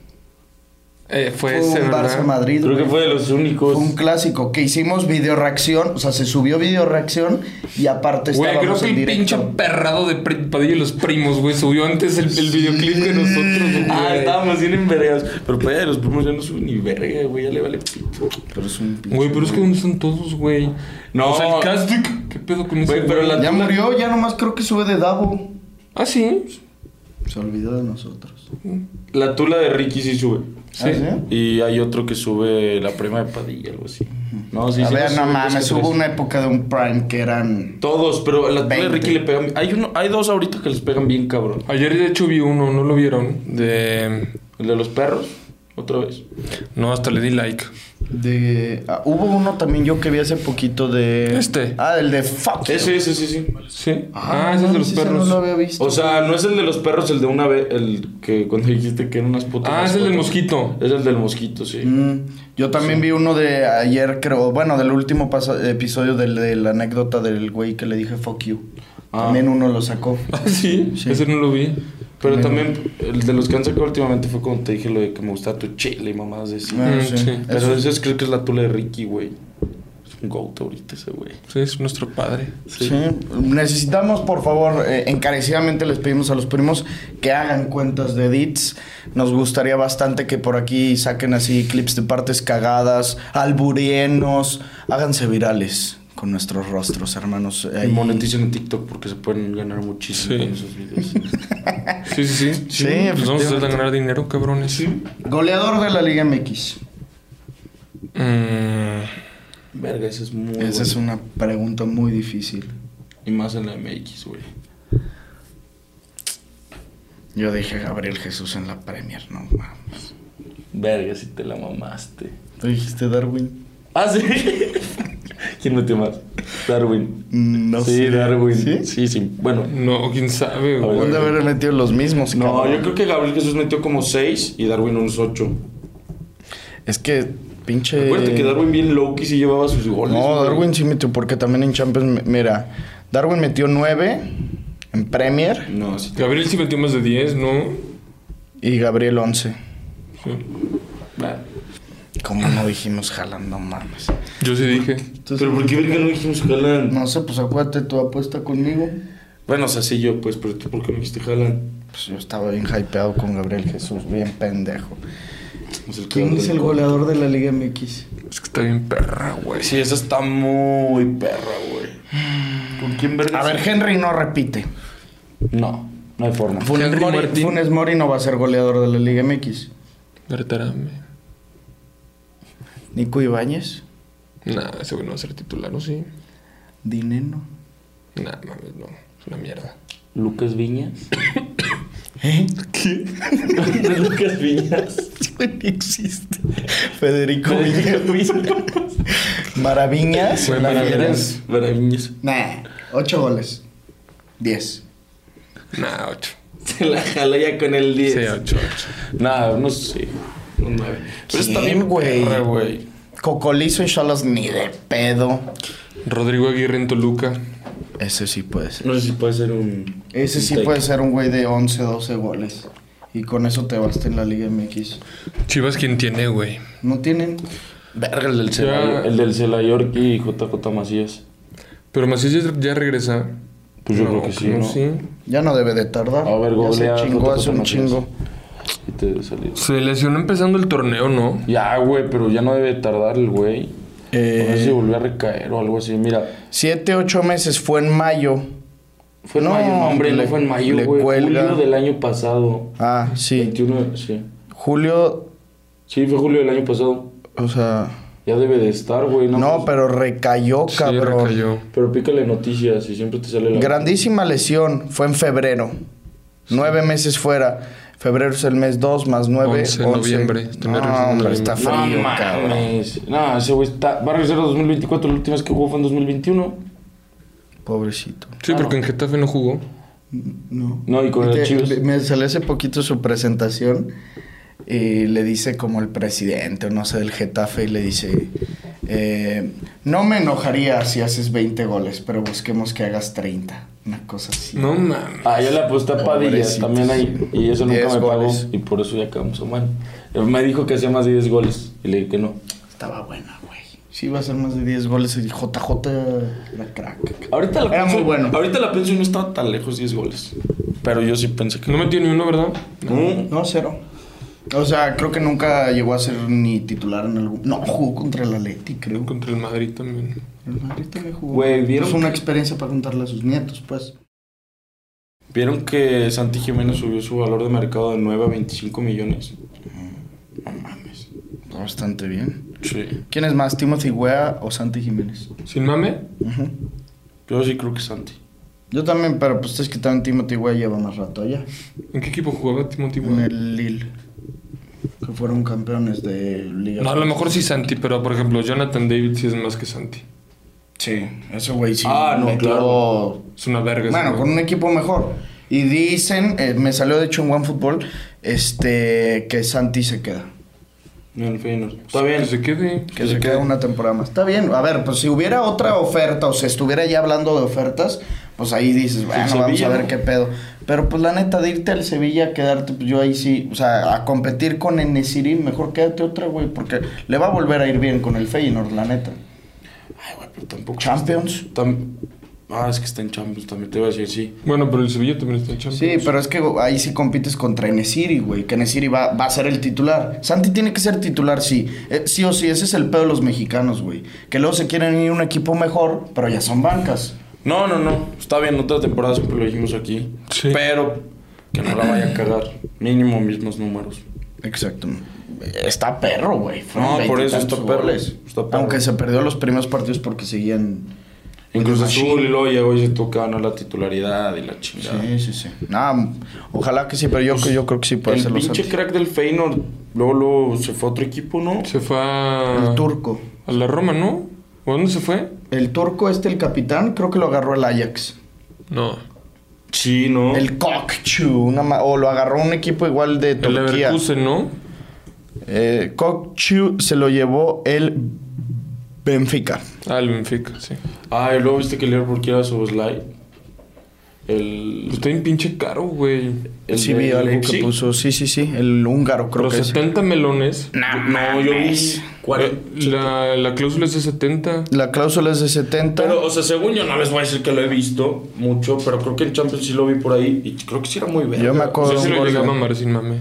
Speaker 3: Eh,
Speaker 2: fue
Speaker 3: fue ese,
Speaker 2: un
Speaker 3: ¿verdad?
Speaker 2: Barça-Madrid.
Speaker 4: Creo que
Speaker 2: güey.
Speaker 4: fue pues de los únicos.
Speaker 2: Fue un clásico que hicimos video reacción. O sea, se subió video reacción y aparte
Speaker 3: Güey, creo
Speaker 2: estábamos
Speaker 3: que
Speaker 2: en
Speaker 3: el pinche
Speaker 2: directo.
Speaker 3: perrado de Pre- Padilla y los primos, güey, subió antes el, el videoclip que nosotros, güey.
Speaker 4: Ah, estábamos bien envergados. Pero pues de los primos ya no sube ni verga, güey. Ya le vale pito.
Speaker 2: Pero es un pinche-
Speaker 3: Güey, pero es que ¿dónde están todos, güey?
Speaker 4: No.
Speaker 3: O sea, el Kazdik, ¿qué pedo con ese
Speaker 4: Güey, pero
Speaker 3: güey?
Speaker 4: la-
Speaker 2: Ya murió, ya nomás creo que sube de Davo.
Speaker 3: Ah, sí.
Speaker 2: Se olvidó de nosotros.
Speaker 4: La tula de Ricky sí sube.
Speaker 2: Sí. ¿Ah, sí?
Speaker 4: Y hay otro que sube la prima de Padilla, algo así. No, sí,
Speaker 2: a
Speaker 4: sí,
Speaker 2: ver,
Speaker 4: nos
Speaker 2: no
Speaker 4: sube dos
Speaker 2: mames,
Speaker 4: que
Speaker 2: hubo
Speaker 4: tres.
Speaker 2: una época de un prime que eran...
Speaker 4: Todos, pero la tula de
Speaker 2: 20.
Speaker 4: Ricky le pegan. Hay, uno, hay dos ahorita que les pegan bien cabrón.
Speaker 3: Ayer de hecho vi uno, ¿no lo vieron? De...
Speaker 4: El de los perros, otra vez.
Speaker 3: No, hasta le di like.
Speaker 2: De... ah, hubo uno también yo que vi hace poquito de...
Speaker 3: Este.
Speaker 2: Ah, el de Fuck. you.
Speaker 4: Ese, ese, sí, sí.
Speaker 3: ¿Sí? Ah, ese es de
Speaker 2: no,
Speaker 3: los
Speaker 2: ese
Speaker 3: perros.
Speaker 2: No lo había visto.
Speaker 4: O sea, no es el de los perros, el de una vez, el que cuando dijiste que eran unas putas.
Speaker 3: Ah, es el del
Speaker 4: mascotas.
Speaker 3: mosquito.
Speaker 4: Es el del mosquito, sí.
Speaker 2: Mm, yo también vi uno de ayer, creo, bueno, del último pasa- episodio del- de la anécdota del güey que le dije fuck you.
Speaker 4: Ah.
Speaker 2: También uno lo sacó.
Speaker 3: Ah, sí,
Speaker 2: Sí.
Speaker 3: ese no lo vi.
Speaker 4: Pero también el de los que han sacado últimamente fue cuando te dije lo de que me gusta tu chile y mamadas de sí.
Speaker 2: Ah,
Speaker 3: Mm,
Speaker 2: sí.
Speaker 3: sí.
Speaker 4: Pero
Speaker 2: Eso-
Speaker 4: eso es- creo que es la tula de Ricky, güey. Es un goat ahorita ese, güey.
Speaker 3: Sí, es nuestro padre.
Speaker 2: sí. Necesitamos, por favor, eh, encarecidamente les pedimos a los primos que hagan cuentas de edits. Nos gustaría bastante que por aquí saquen así clips de partes cagadas, alburienos, háganse virales con nuestros rostros, hermanos.
Speaker 4: Y
Speaker 2: Ahí-
Speaker 4: moneticen en TikTok porque se pueden ganar muchísimo
Speaker 3: Sí.
Speaker 4: con esos videos.
Speaker 3: Sí, sí, sí.
Speaker 2: Sí,
Speaker 3: pues vamos a hacer de ganar dinero, cabrones.
Speaker 2: Goleador de la Liga MX.
Speaker 3: Mm,
Speaker 4: Verga, ese es muy.
Speaker 2: Esa es
Speaker 4: bueno.
Speaker 2: una pregunta muy difícil.
Speaker 4: Y más en la MX, güey.
Speaker 2: Yo dije Gabriel Jesús en la Premier, no mames.
Speaker 4: Verga, si te la mamaste.
Speaker 2: ¿Tú dijiste Darwin?
Speaker 4: Ah, sí. ¿Quién metió más? Darwin.
Speaker 2: Mm, No
Speaker 4: sí,
Speaker 2: sé.
Speaker 4: Darwin.
Speaker 2: ¿Sí?
Speaker 4: ¿Sí? sí, Bueno.
Speaker 3: no, quién sabe,
Speaker 4: A ver.
Speaker 3: güey.
Speaker 2: ¿Dónde haber metido los mismos?
Speaker 4: No,
Speaker 2: cabrón?
Speaker 4: yo creo que Gabriel Jesús metió como 6 y Darwin unos 8.
Speaker 2: Es que pinche...
Speaker 4: Acuérdate que Darwin bien low que sí llevaba sus goles.
Speaker 2: No,
Speaker 4: güey.
Speaker 2: Darwin sí metió, porque también en Champions... me- Mira, Darwin metió nueve en Premier
Speaker 4: No, sí.
Speaker 3: Gabriel sí metió más de 10, ¿no?
Speaker 2: y Gabriel 11.
Speaker 3: Sí.
Speaker 4: Nah.
Speaker 2: Como no dijimos Haaland, no mames.
Speaker 3: Yo sí dije.
Speaker 4: Pero ¿por qué verga no dijimos Jalan?
Speaker 2: No sé, pues acuérdate tu apuesta conmigo.
Speaker 4: Bueno, o sea, sí yo, pues, pero tú ¿por qué no dijiste Jalan?
Speaker 2: Pues yo estaba bien hypeado con Gabriel Jesús, bien pendejo.
Speaker 4: Es el que
Speaker 2: ¿Quién
Speaker 4: anda
Speaker 2: es
Speaker 4: en
Speaker 2: el
Speaker 4: co-
Speaker 2: goleador de la Liga MX?
Speaker 3: Es que está bien perra, güey.
Speaker 4: Pues Sí, esa está muy perra, güey. ¿Con quién verga?
Speaker 2: A
Speaker 4: se-
Speaker 2: ver, Henry no repite.
Speaker 4: No, no hay forma.
Speaker 2: Funes
Speaker 3: Henry
Speaker 2: Mori,
Speaker 3: Martín.
Speaker 2: Funes Mori no va a ser goleador de la Liga MX.
Speaker 3: Bertarame.
Speaker 2: Nico Ibáñez,
Speaker 3: Nah, ese güey no va a ser titular, ¿o sí?
Speaker 2: Dineno.
Speaker 3: Nah, mames, no. Es una mierda.
Speaker 4: Lucas Viñas.
Speaker 2: ¿Eh?
Speaker 4: ¿De Lucas Viñas?
Speaker 2: existe. Federico Viñas. Maraviñas.
Speaker 3: Güey,
Speaker 2: la
Speaker 3: Maraviñas.
Speaker 2: fiera.
Speaker 4: Maravillas.
Speaker 2: Nah, ocho goles. Diez.
Speaker 3: Nah, 8.
Speaker 4: Se la jala ya con el
Speaker 3: Sí,
Speaker 4: 10.
Speaker 3: 8, 8.
Speaker 4: Nada, no sé. Un 9. Pero está
Speaker 2: ¿Quién,
Speaker 4: bien,
Speaker 2: güey?
Speaker 4: perra, güey.
Speaker 2: Cocolizo y Cholos ni de pedo.
Speaker 3: Rodrigo Aguirre en Toluca.
Speaker 2: Ese sí puede ser.
Speaker 4: No sé si puede ser un.
Speaker 2: Ese
Speaker 4: un
Speaker 2: sí
Speaker 4: take.
Speaker 2: puede ser un güey de 11, 12 goles. Y con eso te basta en la Liga MX.
Speaker 3: Chivas, ¿quién tiene, güey?
Speaker 2: No tienen.
Speaker 4: Verga, el del Celaya.
Speaker 3: Ya.
Speaker 4: El del York y JJ Macías.
Speaker 3: Pero Macías ya- ya regresa.
Speaker 4: Pues yo creo que sí, ¿no?
Speaker 3: sí.
Speaker 2: Ya no debe de tardar.
Speaker 4: A ver,
Speaker 2: Ya
Speaker 4: googlea.
Speaker 2: se chingó
Speaker 4: JJ
Speaker 2: hace un
Speaker 4: Macías.
Speaker 2: chingo.
Speaker 4: Y te debe salir.
Speaker 3: Se lesionó empezando el torneo, ¿no?
Speaker 4: Ya, güey, pero ya no debe tardar el güey.
Speaker 2: Eh.
Speaker 4: A ver si volvió a recaer o algo así. Mira,
Speaker 2: Siete, ocho meses fue en mayo.
Speaker 4: fue en
Speaker 2: No,
Speaker 4: mayo, no, hombre,
Speaker 2: le-
Speaker 4: no fue en mayo,
Speaker 2: le
Speaker 4: güey.
Speaker 2: cuelga.
Speaker 4: Julio del año pasado.
Speaker 2: Ah, sí.
Speaker 4: 21, sí.
Speaker 2: Julio,
Speaker 4: Sí, fue julio del año pasado.
Speaker 2: o sea.
Speaker 4: Ya debe de estar, güey. No,
Speaker 2: No, pero recayó,
Speaker 3: pues, Sí,
Speaker 2: cabrón.
Speaker 3: recayó.
Speaker 4: Pero pícale noticias y siempre te sale la.
Speaker 2: Grandísima lesión. Fue en febrero. Nueve meses fuera. Febrero es el mes dos más nueve.
Speaker 3: Once,
Speaker 2: once.
Speaker 3: noviembre. También regresó
Speaker 2: No,
Speaker 3: en
Speaker 2: hombre,
Speaker 3: noviembre.
Speaker 2: está
Speaker 4: No
Speaker 2: frío,
Speaker 4: mames.
Speaker 2: cabrón.
Speaker 4: No, ese güey está. Va a regresar a 2024. La última vez que jugó fue en 2021.
Speaker 2: Pobrecito.
Speaker 3: Sí, porque en Getafe no jugó.
Speaker 2: No.
Speaker 4: No, y con el
Speaker 2: Te-
Speaker 4: Chivas.
Speaker 2: Me salió hace poquito su presentación y le dice como el presidente o no sé del Getafe y le dice, eh, no me enojaría si haces 20 goles, pero busquemos que hagas 30. Una cosa así.
Speaker 3: No mames.
Speaker 4: Ah, yo le aposté a Padilla
Speaker 2: Pobrecitos.
Speaker 4: también ahí. Y eso nunca
Speaker 2: Diez
Speaker 4: me pagó.
Speaker 2: goles.
Speaker 4: Y por eso ya quedamos a mano. Él Me dijo que hacía más de 10 goles. Y le dije que no.
Speaker 2: Estaba buena, güey. Sí, va a ser más de 10 goles y JJ la crack.
Speaker 4: Ahorita la
Speaker 2: Era
Speaker 4: pienso,
Speaker 2: muy bueno.
Speaker 4: Ahorita la pienso y no estaba tan lejos 10 goles. Pero yo sí pensé que.
Speaker 3: No metió ni uno, ¿verdad?
Speaker 4: No.
Speaker 2: No, cero. O sea, creo que nunca llegó a ser ni titular en algún... No, jugó contra el Atleti, creo.
Speaker 3: Contra el Madrid también.
Speaker 2: El Madrid también jugó.
Speaker 4: Güey, ¿vieron
Speaker 2: Es una
Speaker 4: que-
Speaker 2: experiencia para contarle a sus nietos, pues.
Speaker 4: ¿Vieron que Santi Jiménez subió su valor de mercado de 9 a 25 millones? No mames.
Speaker 2: Está bastante bien.
Speaker 4: Sí.
Speaker 2: ¿Quién es más, Timothy Weah o Santi Jiménez?
Speaker 3: Sin mame,
Speaker 2: Ujú.
Speaker 4: Yo sí creo que Santi.
Speaker 2: Yo también, pero pues es que también Timothy Weah lleva más rato allá.
Speaker 3: ¿en qué equipo jugaba Timothy
Speaker 2: En
Speaker 3: Weah?
Speaker 2: el Lille. Que fueron campeones de Liga.
Speaker 3: No, a lo mejor sí Santi, pero por ejemplo, Jonathan David sí es más que Santi.
Speaker 2: Sí, ese güey sí.
Speaker 4: Ah, no,
Speaker 2: metió-
Speaker 4: claro.
Speaker 3: Es una verga. ese
Speaker 2: Bueno,
Speaker 3: güey.
Speaker 2: con un equipo mejor. Y dicen, eh, me salió de hecho en OneFootball, este, que Santi se queda.
Speaker 4: En el Feyenoord. Está
Speaker 3: Pues,
Speaker 4: bien.
Speaker 3: Que se quede.
Speaker 2: Que se queda una temporada más. Está bien. A ver, pues si hubiera otra oferta o se estuviera ya hablando de ofertas, pues ahí dices, bueno, vamos
Speaker 4: Sevilla,
Speaker 2: a ver
Speaker 4: ¿no?
Speaker 2: qué pedo. Pero pues la neta, de irte al Sevilla, quedarte, pues yo ahí sí, o sea, a competir con Enesirín, mejor quédate otra, güey, porque le va a volver a ir bien con el Feyenoord, la neta.
Speaker 4: Ay, güey, pero tampoco.
Speaker 2: Champions.
Speaker 4: Tam- Ah, es que está en Champions también. Te iba a decir, sí.
Speaker 3: Bueno, pero el Sevilla también está en
Speaker 2: Sí,
Speaker 3: Champions.
Speaker 2: pero es que ahí sí compites contra Enesiri, güey. Que Enesiri va, va a ser el titular. Santi tiene que ser titular, sí. Eh, sí o sí, ese es el pedo de los mexicanos, güey. Que luego se quieren ir a un equipo mejor, pero ya son bancas.
Speaker 4: No, no, no. Está bien, otra temporada siempre lo dijimos aquí.
Speaker 3: Sí.
Speaker 4: Pero que no la vaya a cagar. Mínimo mismos números.
Speaker 2: Exacto. Eh, Está perro, güey. Fueron
Speaker 4: No, por
Speaker 2: 20 y
Speaker 4: eso está
Speaker 2: tantos
Speaker 4: perro.
Speaker 2: goles.
Speaker 4: Está perro.
Speaker 2: Aunque se perdió los primeros partidos porque seguían.
Speaker 4: Incluso
Speaker 2: Sí.
Speaker 4: Azul y luego llegó y se tuvo que ganar la titularidad y la chingada.
Speaker 2: Sí, sí, sí. Nah, ojalá que sí, pero yo, yo creo que sí puede
Speaker 4: el
Speaker 2: ser los
Speaker 4: pinche
Speaker 2: Santi.
Speaker 4: crack del Feyenoord. Luego, luego se fue a otro equipo, ¿no?
Speaker 3: Se fue a.
Speaker 2: pues, El turco.
Speaker 3: A la Roma, ¿no? ¿O dónde se fue?
Speaker 2: El turco, este, el capitán, creo que lo agarró el Ajax.
Speaker 3: No.
Speaker 4: Sí, ¿no?
Speaker 2: El Kokchu, una ma- o lo agarró un equipo igual de
Speaker 3: El
Speaker 2: Turquía.
Speaker 3: Leverkusen, ¿no?
Speaker 2: Eh, Kokchu se lo llevó el Benfica.
Speaker 3: Ah, el Benfica, sí.
Speaker 4: Ah, y luego viste que el Liverpool quiere a Soboslai. El...
Speaker 3: Pues está bien pinche caro, güey.
Speaker 4: el
Speaker 2: sí
Speaker 4: de
Speaker 2: vi algo que
Speaker 4: Leipzig.
Speaker 2: puso, sí, sí, sí, el húngaro creo
Speaker 3: Pero
Speaker 2: que es.
Speaker 3: 70 melones.
Speaker 4: No, yo vi...
Speaker 3: Eh, La, la cláusula es de 70.
Speaker 2: La cláusula es de 70.
Speaker 4: Pero, o sea, según yo no les voy a decir que lo he visto mucho, pero creo que en Champions sí lo vi por ahí y creo que sí era muy verga.
Speaker 2: Yo me acuerdo
Speaker 3: Yo sí
Speaker 2: un
Speaker 3: lo
Speaker 2: gol
Speaker 3: llegué a
Speaker 2: de-
Speaker 3: mamar sin mame.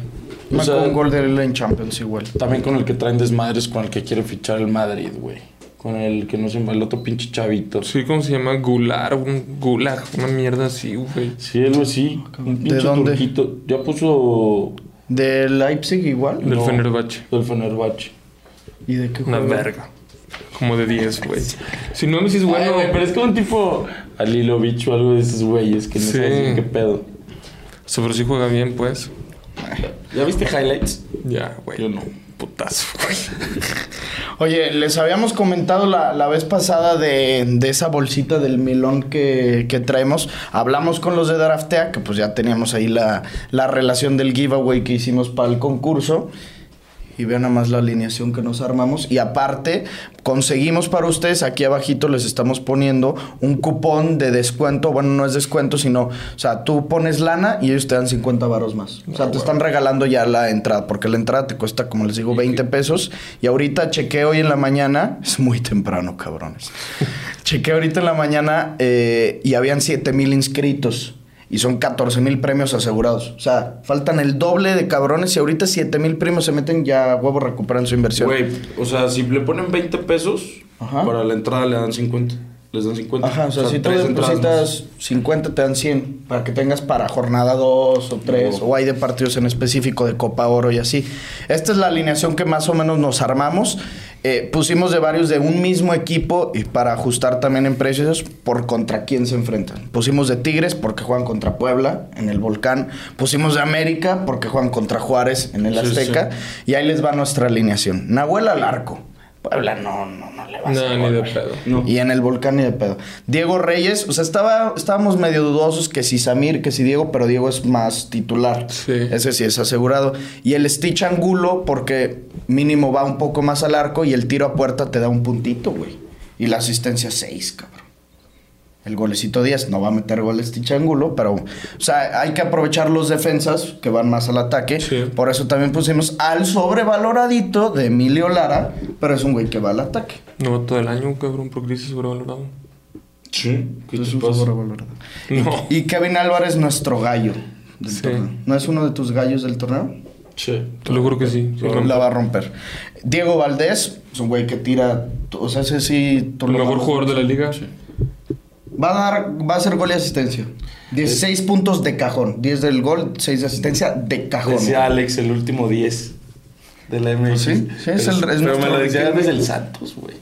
Speaker 2: me
Speaker 4: o
Speaker 2: acuerdo
Speaker 4: sea-
Speaker 2: un gol de él en Champions igual.
Speaker 4: También con el que traen desmadres con el que quiere fichar el Madrid, güey. Con el que no se llama, el otro pinche chavito.
Speaker 3: Sí, ¿cómo se llama? Gular, un gulag, una mierda así, güey.
Speaker 4: Sí, algo así.
Speaker 3: Ah,
Speaker 4: Un pinche
Speaker 2: dónde?
Speaker 4: turquito. Ya puso
Speaker 2: De Leipzig igual.
Speaker 3: Del
Speaker 4: No.
Speaker 3: Fenerbahce.
Speaker 4: el Fenerbahce.
Speaker 2: ¿Y de qué
Speaker 3: Una
Speaker 2: juega?
Speaker 3: verga. Como de 10, güey. Si no me dices,
Speaker 4: Bueno,
Speaker 3: bueno,
Speaker 4: pero es como un tipo Alilovich o algo de esos güeyes que no
Speaker 3: Sí.
Speaker 4: saben qué pedo.
Speaker 3: o sea, pero sí juega bien, pues.
Speaker 4: ¿Ya viste highlights?
Speaker 3: Ya, güey.
Speaker 4: Yo no.
Speaker 3: Putazo, güey.
Speaker 2: Oye, les habíamos comentado la, la vez pasada de, de esa bolsita del melón que, que traemos. Hablamos con los de Draftea, que pues ya teníamos ahí la, la relación del giveaway que hicimos para el concurso. Y vean nada más la alineación que nos armamos. Y aparte, conseguimos para ustedes, aquí abajito les estamos poniendo un cupón de descuento. Bueno, no es descuento, sino, o sea, tú pones lana y ellos te dan 50 varos más. O sea, te están regalando ya la entrada, porque la entrada te cuesta, como les digo, 20 pesos. Y ahorita chequé hoy en la mañana, es muy temprano, cabrones. chequé ahorita en la mañana eh, y habían 7 mil inscritos. Y son 14 mil premios asegurados. O sea, faltan el doble de cabrones. Y ahorita 7 mil premios se meten, ya a huevo recuperan su inversión.
Speaker 4: Güey, o sea, si le ponen 20 pesos,
Speaker 2: Ajá.
Speaker 4: para la entrada le dan 50. Les dan 50.
Speaker 2: Ajá, o sea, si tú
Speaker 4: tres entradas
Speaker 2: depositas 50, te dan 100. Para que tengas para jornada 2 o 3.
Speaker 4: No.
Speaker 2: O hay de partidos en específico de Copa Oro y así. Esta es la alineación que más o menos nos armamos. Eh, pusimos de varios de un mismo equipo y para ajustar también en precios por contra quién se enfrentan. Pusimos de Tigres porque juegan contra Puebla en el Volcán. Pusimos de América porque juegan contra Juárez en el
Speaker 4: Sí,
Speaker 2: Azteca. Y ahí les va nuestra alineación. Nahuel al arco. Puebla no, no, no le va a
Speaker 3: No,
Speaker 2: hacer
Speaker 3: ni
Speaker 2: gol,
Speaker 3: de
Speaker 2: güey.
Speaker 3: pedo.
Speaker 4: No.
Speaker 2: Y en el volcán y de pedo. Diego Reyes, o sea, estaba, estábamos medio dudosos que si Samir, que si Diego, pero Diego es más titular.
Speaker 3: Sí.
Speaker 2: Ese sí es asegurado. Y el Stitch Angulo, porque mínimo va un poco más al arco y el tiro a puerta te da un puntito, güey. Y la asistencia 6, cabrón. El golecito 10 no va a meter gol Stitch Angulo, pero, o sea, hay que aprovechar los defensas que van más al ataque.
Speaker 3: Sí.
Speaker 2: Por eso también pusimos al sobrevaloradito de Emilio Lara, pero es un güey que va al ataque.
Speaker 3: No, todo el año, cabrón, por crisis sobrevalorado.
Speaker 4: Sí, ¿qué
Speaker 2: Es
Speaker 4: te
Speaker 2: un
Speaker 4: pasa?
Speaker 2: sobrevalorado.
Speaker 3: No.
Speaker 2: Y Kevin Álvarez, nuestro gallo del
Speaker 3: Sí.
Speaker 2: torneo. ¿No es uno de tus gallos del torneo?
Speaker 4: Sí.
Speaker 3: Te lo juro que sí.
Speaker 2: La va a romper. Diego Valdés, es un güey que tira. O sea, ese sí.
Speaker 3: El mejor jugador de la liga.
Speaker 2: Va a, dar, va a ser gol y asistencia. 16
Speaker 3: Eh.
Speaker 2: puntos de cajón. 10 del gol, 6 de asistencia de cajón.
Speaker 4: Decía Alex, el último 10 de la MX.
Speaker 2: sí, sí, es
Speaker 4: Pero-
Speaker 2: el- es
Speaker 4: Pero me
Speaker 2: nuestro
Speaker 4: lo decía
Speaker 2: último.
Speaker 4: desde el Santos, güey.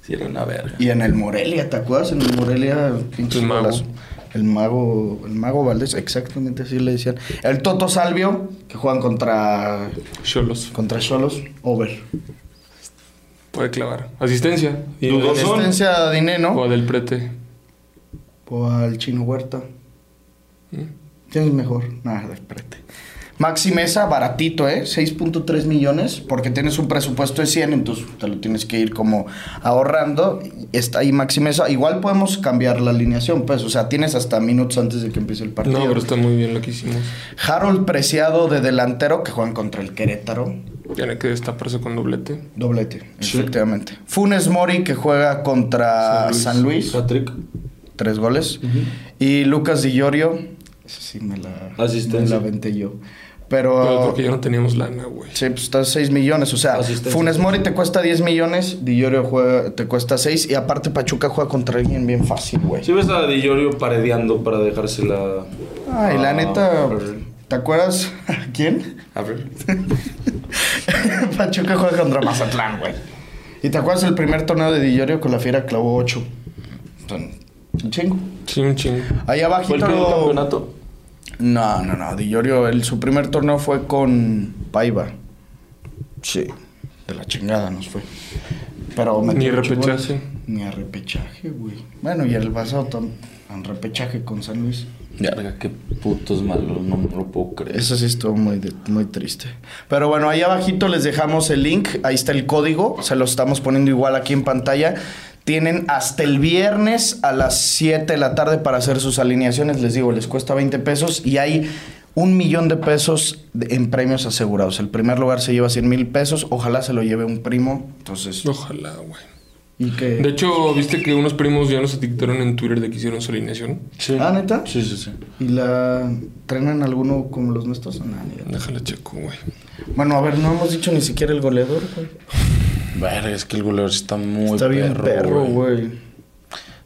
Speaker 4: Sí, era una verga.
Speaker 2: Y en el Morelia, ¿te acuerdas? En el Morelia, pinche
Speaker 3: El mago.
Speaker 2: golazo. El mago, el mago Valdés, exactamente así le decían. El Toto Salvio, que juegan contra
Speaker 3: Cholos.
Speaker 2: contra Cholos, over.
Speaker 3: Puede clavar. Asistencia. Y este,
Speaker 4: Dudoso.
Speaker 2: Asistencia a
Speaker 3: O a
Speaker 2: Dineno
Speaker 3: del prete.
Speaker 2: o al Chino Huerta. ¿Quién es mejor? Nada, espérate. Maxi Mesa, baratito, ¿eh? 6.3 millones, porque tienes un presupuesto de 100, entonces te lo tienes que ir como ahorrando. Está ahí Maxi Mesa. Igual podemos cambiar la alineación, pues, o sea, tienes hasta minutos antes de que empiece el partido.
Speaker 3: No, pero está muy bien lo que hicimos.
Speaker 2: Harold Preciado de delantero que juegan contra el Querétaro.
Speaker 3: Tiene que destaparse con doblete.
Speaker 2: Doblete, efectivamente. Funes Mori que juega contra San Luis.
Speaker 4: Patrick.
Speaker 2: Tres goles. Y Lucas Di Llorio. Esa sí me la,
Speaker 4: Asistencia.
Speaker 2: me la aventé yo. Pero.
Speaker 3: Pero porque ya no teníamos lana, güey.
Speaker 2: Sí, pues está 6 millones. O sea,
Speaker 4: Asistencia.
Speaker 2: Funes Mori te cuesta 10 millones. Di Llorio juega- te cuesta 6. Y aparte, Pachuca juega contra alguien bien fácil, güey.
Speaker 4: Sí, ves a Di Llorio paredeando para dejársela.
Speaker 2: Ay, la
Speaker 4: a-
Speaker 2: neta.
Speaker 4: a ver.
Speaker 2: ¿Te acuerdas? ¿A quién?
Speaker 4: A ver.
Speaker 2: Pachuca juega contra Mazatlán, güey. ¿Y te acuerdas el primer torneo de Di Llorio con la Fiera clavó 8? Un chingo.
Speaker 3: Sí, un chingo.
Speaker 2: Ahí
Speaker 4: ¿Fue el primer
Speaker 2: abajito.
Speaker 4: campeonato?
Speaker 2: No, no, no. Di Llorio, el- su primer torneo fue con Paiva. Sí. De la chingada nos fue. Pero
Speaker 3: Ni
Speaker 2: metió ocho
Speaker 3: repechaje.
Speaker 2: goles. Ni a repechaje, güey. Bueno, y el pasado tam- en repechaje con San Luis.
Speaker 4: Verga, qué putos malos, no me lo puedo creer.
Speaker 2: Eso sí estuvo muy, de- muy triste. Pero bueno, ahí abajito les dejamos el link. Ahí está el código. Se lo estamos poniendo igual aquí en pantalla. Tienen hasta el viernes a las 7 de la tarde para hacer sus alineaciones. Les digo, les cuesta 20 pesos y hay un millón de pesos de- en premios asegurados. El primer lugar se lleva 100 mil pesos. Ojalá se lo lleve un primo. Entonces,
Speaker 3: Ojalá, güey.
Speaker 2: y que...
Speaker 3: De hecho, ¿viste que unos primos ya nos etiquetaron en Twitter de que hicieron su alineación?
Speaker 4: Sí.
Speaker 2: Ah, ¿neta?
Speaker 4: Sí, sí, sí.
Speaker 2: ¿Y la trenan alguno como los nuestros? No, ni idea.
Speaker 3: Déjala checo, güey.
Speaker 2: Bueno, a ver, no hemos dicho ni siquiera el goleador. güey.
Speaker 4: Verga, es que el goleador sí está muy
Speaker 2: Está bien perro, güey.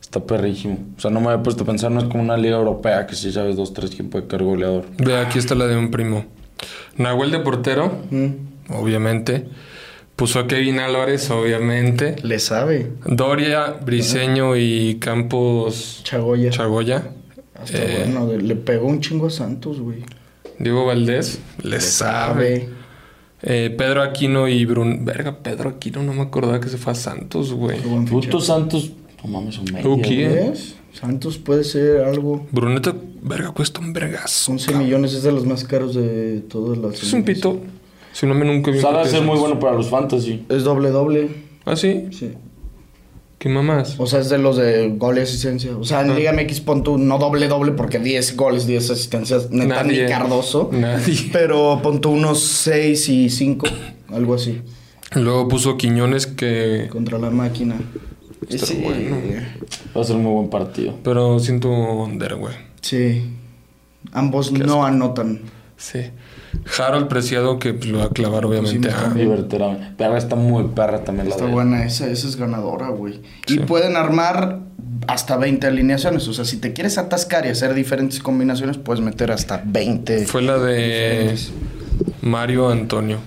Speaker 4: Está perrísimo. O sea, no me había puesto a pensar, no es como una liga europea que si sabes dos, tres, quién puede caer goleador.
Speaker 3: Ve, aquí está la de un primo. Nahuel de portero,
Speaker 2: Mm.
Speaker 3: obviamente. Puso a Kevin Álvarez, obviamente.
Speaker 2: Le sabe.
Speaker 3: Doria, Briseño y Campos
Speaker 2: Chagoya.
Speaker 3: Chagoya.
Speaker 2: Hasta
Speaker 3: Eh,
Speaker 2: bueno, de- le pegó un chingo a Santos, güey.
Speaker 3: Diego Valdés, le, sabe. Eh, Pedro Aquino y Brun... Verga, Pedro Aquino, no me acordaba que se fue a Santos, güey.
Speaker 2: Qué buen fichaje.
Speaker 4: Puto Santos. No mames, un medio.
Speaker 3: Ok.
Speaker 4: güey.
Speaker 2: ¿Ves? Santos puede ser algo.
Speaker 3: Bruneta, verga, cuesta un vergazo.
Speaker 2: 11
Speaker 3: cabrón.
Speaker 2: millones es de los más caros de todas las.
Speaker 3: Es un pito. Si no me nunca vi un
Speaker 4: Sabe
Speaker 3: pito de
Speaker 4: ser muy
Speaker 3: esos.
Speaker 4: bueno para los fantasy.
Speaker 2: Es doble doble.
Speaker 3: ¿Ah, sí?
Speaker 2: Sí.
Speaker 3: ¿Qué mamás?
Speaker 2: O sea, es de los de gol y asistencia. O sea, en Liga MX pon tú no doble doble porque 10 goles, 10 asistencias. Neta ni
Speaker 3: Nadie.
Speaker 2: Cardoso.
Speaker 3: Nadie.
Speaker 2: Pero pon tú unos 6 y 5, algo así.
Speaker 3: Luego puso Quiñones que...
Speaker 2: Contra la máquina.
Speaker 3: Está
Speaker 2: Sí.
Speaker 3: bueno.
Speaker 4: Va a ser un muy buen partido.
Speaker 3: Pero siento under, güey.
Speaker 2: Sí. Ambos no anotan.
Speaker 3: Sí. Harold Preciado que pues, lo va a clavar, obviamente. Ah,
Speaker 2: Pusimos
Speaker 3: a-
Speaker 4: Divertirá. Perra está muy perra también la
Speaker 2: Está
Speaker 4: de-
Speaker 2: buena esa, esa es ganadora, güey. Y pueden armar hasta 20 alineaciones. O sea, si te quieres atascar y hacer diferentes combinaciones, puedes meter hasta 20.
Speaker 3: Fue la de
Speaker 2: diferentes.
Speaker 3: Mario Antonio.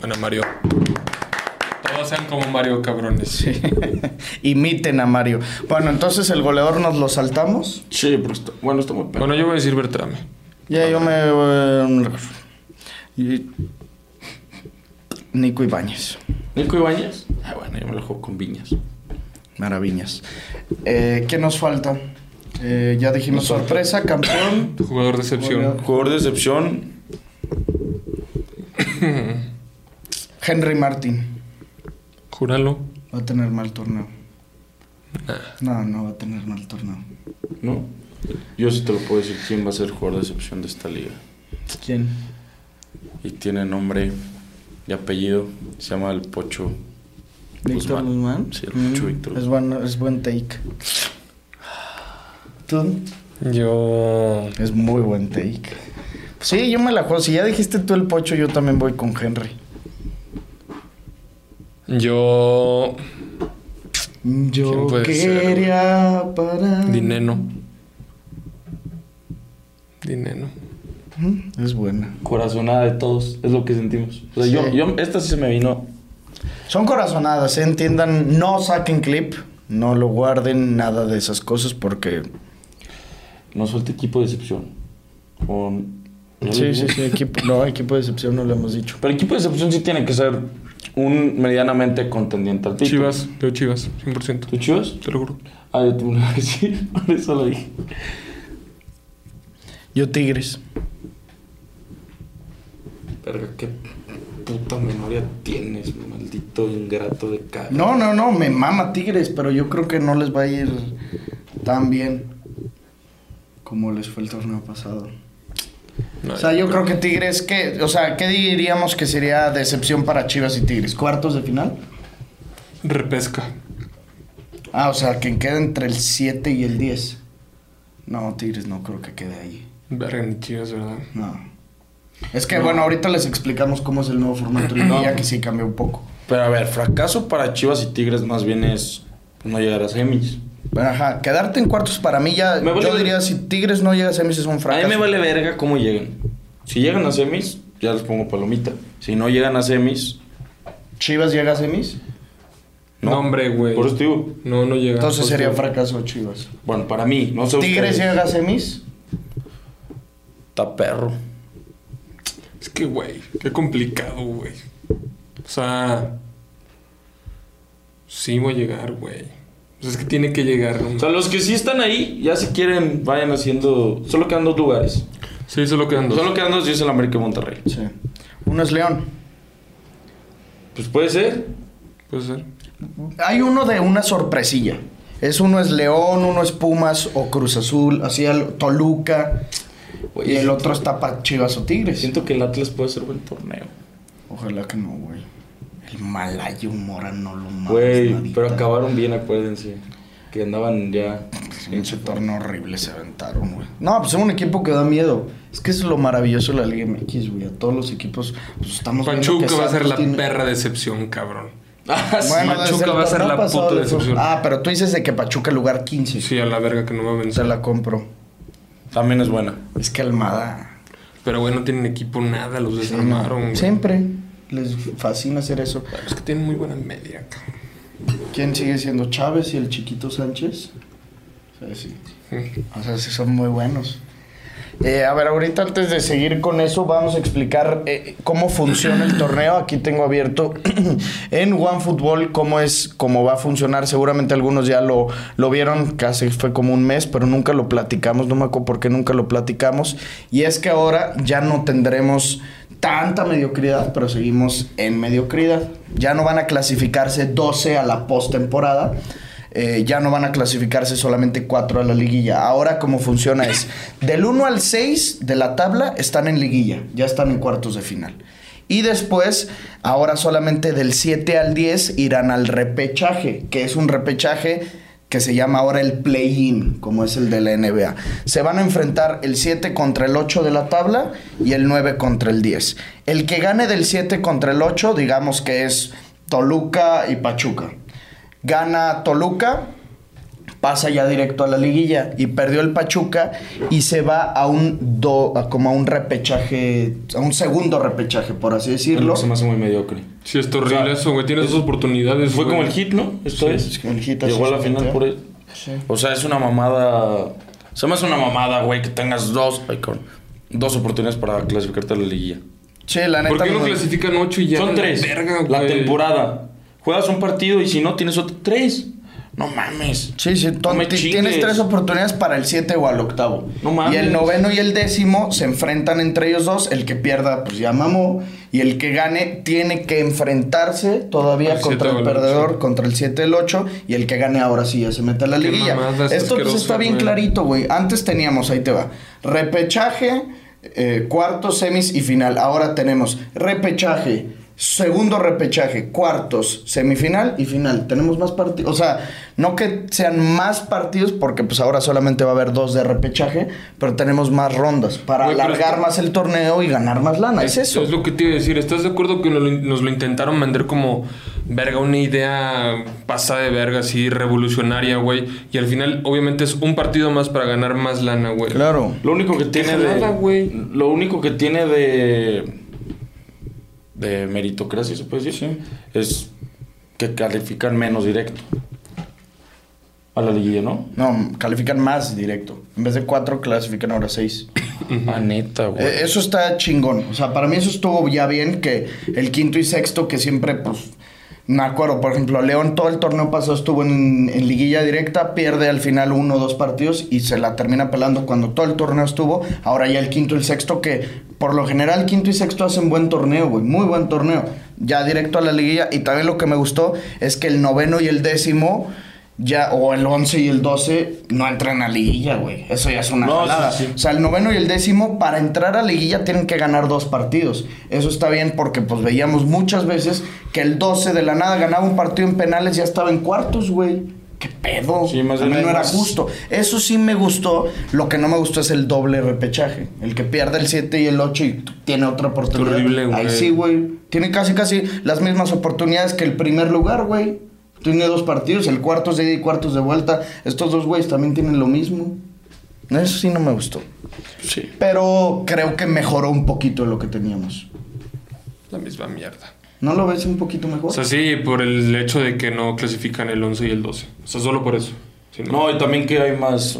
Speaker 3: Bueno, Mario. Todos sean como Mario, cabrones.
Speaker 2: Imiten a Mario. Bueno, entonces el goleador nos lo saltamos.
Speaker 4: Sí, pero está... bueno, está muy perra.
Speaker 3: Bueno, yo voy a decir Bertrame.
Speaker 2: Ya yo me. eh, y- Nico Ibáñez.
Speaker 4: Nico Ibáñez. Ah, bueno, yo me lo juego con Viñas.
Speaker 2: Maravillas. Eh, ¿Qué nos falta? Eh, ya dijimos sorpresa, campeón.
Speaker 3: Jugador de excepción.
Speaker 4: Jugador de excepción.
Speaker 2: Henry Martin.
Speaker 3: Júralo.
Speaker 2: Va a tener mal torneo.
Speaker 4: Ah.
Speaker 2: No, no va a tener mal torneo.
Speaker 4: ¿No? Yo sí te lo puedo decir quién va a ser jugador de excepción de esta liga.
Speaker 2: ¿Quién?
Speaker 4: Y tiene nombre y apellido. Se llama el Pocho.
Speaker 2: Víctor
Speaker 4: Guzmán.
Speaker 2: Guzmán. Mm.
Speaker 4: Sí, el mucho Víctor
Speaker 2: Es buen, es buen take. ¿Tú?
Speaker 3: Yo.
Speaker 2: Es muy buen take. Sí, yo me la juego. Si ya dijiste tú el pocho, yo también voy con Henry.
Speaker 3: Yo.
Speaker 2: Yo
Speaker 3: ¿Quién puede ser,
Speaker 2: quería parar.
Speaker 3: Dineno. Dineno.
Speaker 2: Es buena.
Speaker 4: Corazonada de todos, es lo que sentimos. O sea,
Speaker 2: Sí.
Speaker 4: yo, yo, esta sí se me vino.
Speaker 2: Son corazonadas, ¿eh? entiendan, no saquen clip, no lo guarden, nada de esas cosas porque...
Speaker 4: No suelte equipo de decepción. O- ¿no lo
Speaker 2: Sí,
Speaker 4: dije?
Speaker 2: sí, sí, equipo, no, equipo de excepción no lo hemos dicho.
Speaker 4: Pero equipo de decepción sí tiene que ser un medianamente contendiente al título.
Speaker 3: Chivas, yo Chivas, 100%.
Speaker 4: ¿Tú chivas?
Speaker 3: Te lo juro.
Speaker 4: Ah, yo tengo una que sí, por eso lo dije.
Speaker 2: Yo Tigres.
Speaker 4: Pero qué puta memoria tienes, maldito ingrato de cara.
Speaker 2: No, no, no, me mama Tigres, pero yo creo que no les va a ir tan bien como les fue el torneo pasado.
Speaker 3: No,
Speaker 2: O sea, yo creo que Tigres, ¿qué? O sea, ¿qué diríamos que sería decepción para Chivas y Tigres? ¿Cuartos de final?
Speaker 3: Repesca.
Speaker 2: Ah, o sea, que queda entre el 7 y el 10. No, Tigres no creo que quede ahí.
Speaker 3: Verga, ni Chivas, ¿verdad?
Speaker 2: No. Es que, bueno, ahorita les explicamos cómo es el nuevo formato y ya que sí cambió un poco.
Speaker 4: Pero a ver, fracaso para Chivas y Tigres más bien es no llegar a semis.
Speaker 2: Pero, ajá, quedarte en cuartos para mí ya...
Speaker 4: Me vale
Speaker 2: yo
Speaker 4: ver-
Speaker 2: diría, si Tigres no llega a semis es un fracaso.
Speaker 4: A mí me vale verga cómo llegan. Si llegan a semis, ya les pongo palomita. Si no llegan a semis,
Speaker 2: ¿Chivas llega a semis?
Speaker 4: Ah, no.
Speaker 3: No, hombre, güey.
Speaker 4: Por eso te digo,
Speaker 3: No, no llega.
Speaker 2: Entonces
Speaker 3: Pues,
Speaker 2: sería
Speaker 3: no.
Speaker 2: fracaso Chivas.
Speaker 4: bueno, para mí, no sé
Speaker 2: ¿Tigres
Speaker 4: ustedes.
Speaker 2: llega a semis?
Speaker 4: Está perro.
Speaker 3: Es que, güey, qué complicado, güey. O sea, sí voy a llegar, güey. O sea, es que tiene que llegar. ¿no?
Speaker 4: O sea, los que sí están ahí, ya si quieren, vayan haciendo. Solo quedan dos lugares.
Speaker 3: Sí, solo quedan dos.
Speaker 4: Solo quedan dos y es el América y Monterrey.
Speaker 2: Sí. Uno es León.
Speaker 4: Pues puede ser.
Speaker 3: Puede ser.
Speaker 2: Pues Hay uno de una sorpresilla. Es uno es León, uno es Pumas o Cruz Azul, así al Toluca.
Speaker 4: Güey,
Speaker 2: Y el otro está para Chivas o Tigres.
Speaker 4: Siento que el Atlas puede ser buen torneo.
Speaker 2: Ojalá que no, güey. El malayo Mora no lo mames.
Speaker 4: Güey,
Speaker 2: nadita.
Speaker 4: pero acabaron bien, acuérdense. Que andaban ya.
Speaker 2: Pinche torneo horrible se aventaron, güey. No, pues es un equipo que da miedo. Es que es lo maravilloso de la Liga MX, güey. A todos los equipos, pues estamos viendo
Speaker 3: Pachuca
Speaker 2: que
Speaker 3: va a ser
Speaker 2: Santos
Speaker 3: la
Speaker 2: tiene-
Speaker 3: perra decepción, cabrón.
Speaker 4: Ah, sí.
Speaker 2: Bueno, desde
Speaker 3: Pachuca
Speaker 2: el
Speaker 3: va a ser
Speaker 2: torneo
Speaker 3: la
Speaker 2: pasado
Speaker 3: puta
Speaker 2: le fue-
Speaker 3: decepción.
Speaker 2: Ah, pero tú dices de que Pachuca lugar 15.
Speaker 3: Sí, a la verga que no va a
Speaker 2: Se
Speaker 3: vencer.
Speaker 2: la compro.
Speaker 4: También es buena.
Speaker 2: Es que Almada.
Speaker 3: Pero, güey, no tienen equipo nada, los desarmaron, güey.
Speaker 2: Siempre les fascina hacer eso.
Speaker 3: Es que tienen muy buena media, cabrón.
Speaker 2: ¿Quién sigue siendo Chávez y el chiquito Sánchez? O sea, sí. O sea, sí son muy buenos. Eh, a ver, ahorita antes de seguir con eso, vamos a explicar eh, cómo funciona el torneo. Aquí tengo abierto en OneFootball cómo es, cómo va a funcionar. Seguramente algunos ya lo, lo vieron, casi fue como un mes, pero nunca lo platicamos. No me acuerdo por qué nunca lo platicamos. Y es que ahora ya no tendremos tanta mediocridad, pero seguimos en mediocridad. Ya no van a clasificarse 12 a la postemporada. Eh, ya no van a clasificarse solamente cuatro a la liguilla. Ahora como funciona es, del 1 al 6 de la tabla están en liguilla, ya están en cuartos de final. Y después, ahora solamente del 7 al 10 irán al repechaje, que es un repechaje que se llama ahora el play-in, como es el de la NBA. Se van a enfrentar el 7 contra el 8 de la tabla y el 9 contra el 10. El que gane del 7 contra el 8, digamos que es Toluca y Pachuca gana Toluca, pasa ya directo a la liguilla y perdió el Pachuca y se va a un do- a como a un repechaje, a un segundo repechaje, por así
Speaker 4: Es lo
Speaker 2: decirlo.
Speaker 4: que se me hace muy mediocre.
Speaker 3: Sí, es horrible
Speaker 4: O sea,
Speaker 3: eso, güey. Tienes dos oportunidades,
Speaker 4: Fue
Speaker 3: güey.
Speaker 4: como el hit, ¿no? Esto es.
Speaker 2: el hit así
Speaker 4: Llegó a la
Speaker 2: se
Speaker 4: final
Speaker 2: metió.
Speaker 4: por él.
Speaker 2: Sí.
Speaker 4: O sea, es una mamada. Se me hace una mamada, güey, que tengas dos. Ay, cabrón. Dos oportunidades para clasificarte a la liguilla.
Speaker 2: Sí, la neta.
Speaker 3: ¿Por qué no
Speaker 2: me-
Speaker 3: clasifican ocho y ya?
Speaker 4: Son tres.
Speaker 3: Verga,
Speaker 4: la
Speaker 3: güey.
Speaker 4: temporada. Juegas un partido y si no, tienes otro. Tres. No mames.
Speaker 2: Sí, sí,
Speaker 4: No me
Speaker 2: ti-
Speaker 4: chingues.
Speaker 2: tienes tres oportunidades para el 7 o al octavo.
Speaker 4: No mames.
Speaker 2: Y el noveno y el décimo se enfrentan entre ellos dos. El que pierda, pues ya mamó. Y el que gane tiene que enfrentarse todavía
Speaker 3: Al
Speaker 2: contra
Speaker 3: siete
Speaker 2: el
Speaker 3: o al
Speaker 2: perdedor,
Speaker 3: ocho.
Speaker 2: contra el 7 el 8. Y el que gane ahora sí ya se mete a la
Speaker 3: Qué
Speaker 2: liguilla.
Speaker 3: mamada, es
Speaker 2: Esto pues
Speaker 3: asqueroso,
Speaker 2: está bien
Speaker 3: güey.
Speaker 2: clarito, güey. Antes teníamos, ahí te va, repechaje, eh, cuartos, semis y final. Ahora tenemos repechaje. Segundo repechaje, cuartos, semifinal y final. Tenemos más partidos. O sea, no que sean más partidos, porque pues ahora solamente va a haber dos de repechaje, pero tenemos más rondas para
Speaker 3: Güey, pero
Speaker 2: alargar
Speaker 3: esto-
Speaker 2: más el torneo y ganar más lana. Es, eso.
Speaker 3: Es lo que te iba a decir. ¿Estás de acuerdo que nos lo, nos lo intentaron vender como verga, una idea pasada de verga, así revolucionaria, güey? Y al final, obviamente, es un partido más para ganar más lana, güey.
Speaker 2: Claro.
Speaker 4: Lo único que tiene
Speaker 3: jalada,
Speaker 4: de.
Speaker 3: güey.
Speaker 4: Lo único que tiene de. De meritocracia, se puede decir. Es que califican menos directo. A la liguilla, ¿no?
Speaker 2: No, califican más directo. En vez de cuatro, clasifican ahora seis.
Speaker 4: Ah, neta, güey.
Speaker 2: Eh, Eso está chingón. O sea, para mí eso estuvo ya bien que el quinto y sexto que siempre, pues, me acuerdo, por ejemplo, León todo el torneo pasado estuvo en, en liguilla directa, pierde al final uno o dos partidos y se la termina pelando cuando todo el torneo estuvo. Ahora ya el quinto y el sexto que, por lo general, quinto y sexto hacen buen torneo, güey, muy buen torneo. Ya directo a la liguilla y también lo que me gustó es que el noveno y el décimo... Ya, o el 11 y el 12 no entran a liguilla, güey. Eso ya es una
Speaker 4: No, sí,
Speaker 2: jalada.
Speaker 4: sí.
Speaker 2: O sea, el noveno y el décimo, para entrar a liguilla tienen que ganar dos partidos. Eso está bien porque pues veíamos muchas veces que el 12 de la nada ganaba un partido en penales y ya estaba en cuartos, güey. ¿Qué pedo?
Speaker 4: Sí, más
Speaker 2: a
Speaker 4: bien
Speaker 2: mí no
Speaker 4: hay
Speaker 2: era
Speaker 4: más-
Speaker 2: justo. Eso sí me gustó. Lo que no me gustó es el doble repechaje. El que pierde el 7 y el 8 y t- tiene otra oportunidad.
Speaker 3: Horrible, güey.
Speaker 2: Ahí sí, güey. Tiene casi, casi las mismas oportunidades que el primer lugar, güey. Tiene dos partidos, el cuartos de ida y cuartos de vuelta. Estos dos güeyes también tienen lo mismo. Eso sí no me gustó.
Speaker 4: Sí.
Speaker 2: Pero creo que mejoró un poquito lo que teníamos.
Speaker 3: La misma mierda.
Speaker 2: ¿No lo ves un poquito mejor?
Speaker 3: O sea, sí, por el hecho de que no clasifican el 11 y el 12. O sea, solo por eso. Si
Speaker 4: No, y también que hay más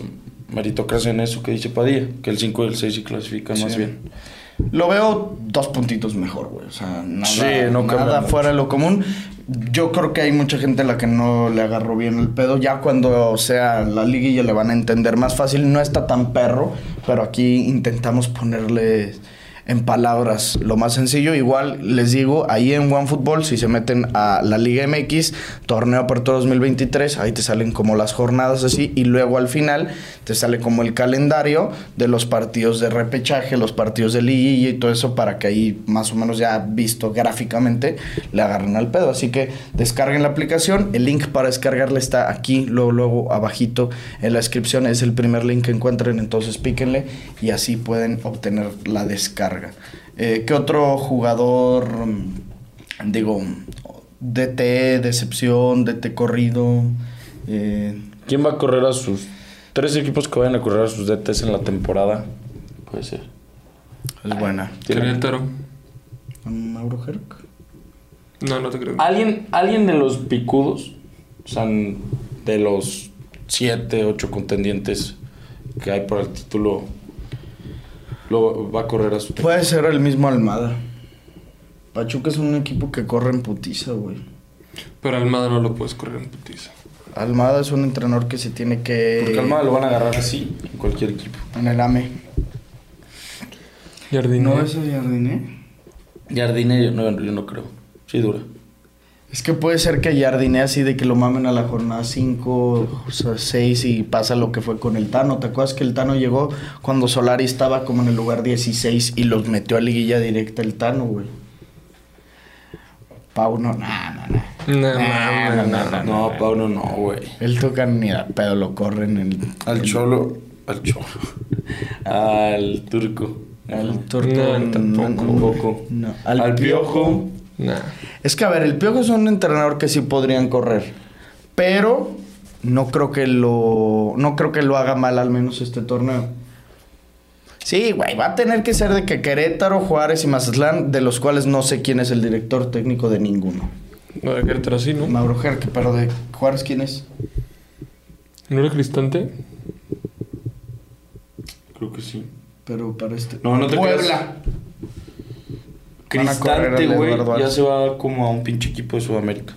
Speaker 4: meritocracia en eso que dice Padilla. Que el 5 y el 6 sí clasifican más
Speaker 2: Sí.
Speaker 4: bien.
Speaker 2: Lo veo dos puntitos mejor, güey. O sea, nada,
Speaker 4: Sí, no cambia
Speaker 2: nada
Speaker 4: mucho.
Speaker 2: fuera de lo común. Yo creo que hay mucha gente a la que no le agarró bien el pedo. Ya cuando sea la liguilla le van a entender más fácil. No está tan perro, pero aquí intentamos ponerle en palabras lo más sencillo. Igual les digo, ahí en OneFootball, si se meten a la Liga MX, Torneo Apertura 2023, ahí te salen como las jornadas así. Y luego al final te sale como el calendario de los partidos de repechaje, los partidos de liguilla y todo eso para que ahí más o menos ya visto gráficamente le agarren al pedo. Así que descarguen la aplicación. El link para descargarla está aquí, luego, luego abajito en la descripción. Es el primer link que encuentren, entonces píquenle y así pueden obtener la descarga. Eh, ¿Qué otro jugador, mm, digo, DT, decepción, DT corrido? Eh,
Speaker 4: ¿Quién va a correr a sus. Tres equipos que vayan a correr a sus DTs en la temporada? Puede ser.
Speaker 2: es buena.
Speaker 3: Querétaro.
Speaker 2: Mauro Herc.
Speaker 3: No, no te creo.
Speaker 4: ¿Alguien, alguien de los picudos, o sea, de los siete, ocho contendientes que hay por el título, lo va a correr a su
Speaker 2: Puede ser el mismo Almada. Pachuca es un equipo que corre en putiza, güey.
Speaker 3: Pero Almada no lo puedes correr en putiza.
Speaker 2: Almada es un entrenador que se tiene que.
Speaker 4: Porque Almada lo van a agarrar así en cualquier equipo.
Speaker 2: En el AME.
Speaker 3: Jardín.
Speaker 2: ¿No ves a Jardiné?
Speaker 4: Jardine, yo no, yo no creo. Sí dura.
Speaker 2: Es que puede ser que Jardiné así de que lo mamen a la jornada 5, 6 y pasa lo que fue con el Tano. ¿Te acuerdas que el Tano llegó cuando Solari estaba como en el lugar 16 y los metió a liguilla directa el Tano, güey? Pau no, nah, nah, nah.
Speaker 3: No,
Speaker 2: Nah,
Speaker 3: no, no,
Speaker 2: nah, nah.
Speaker 4: No, Pablo no, güey.
Speaker 2: El toca ni a pedo lo corren en el.
Speaker 4: Al Cholo. Al Cholo. Al Turco.
Speaker 2: Al
Speaker 3: No, tampoco.
Speaker 4: Tampoco.
Speaker 2: No.
Speaker 4: Al, Piojo.
Speaker 3: Nah.
Speaker 2: Es que, a ver, el Piojo es un entrenador que sí podrían correr. Pero no creo que lo. No creo que lo haga mal al menos este torneo. Sí, güey, va a tener que ser de que Querétaro, Juárez y Mazatlán, de los cuales no sé quién es el director técnico de ninguno.
Speaker 3: No, de Querétaro sí, ¿no?
Speaker 2: Mauro Jerque, pero de Juárez, ¿quién es?
Speaker 3: ¿No era Cristante?
Speaker 4: Creo que sí.
Speaker 2: Pero para este.
Speaker 4: No, no te
Speaker 2: Puebla. Van a correr
Speaker 4: Cristante,
Speaker 2: al
Speaker 4: güey,
Speaker 2: Eduardo
Speaker 4: ya
Speaker 2: Arce.
Speaker 4: se va como a un pinche equipo de Sudamérica.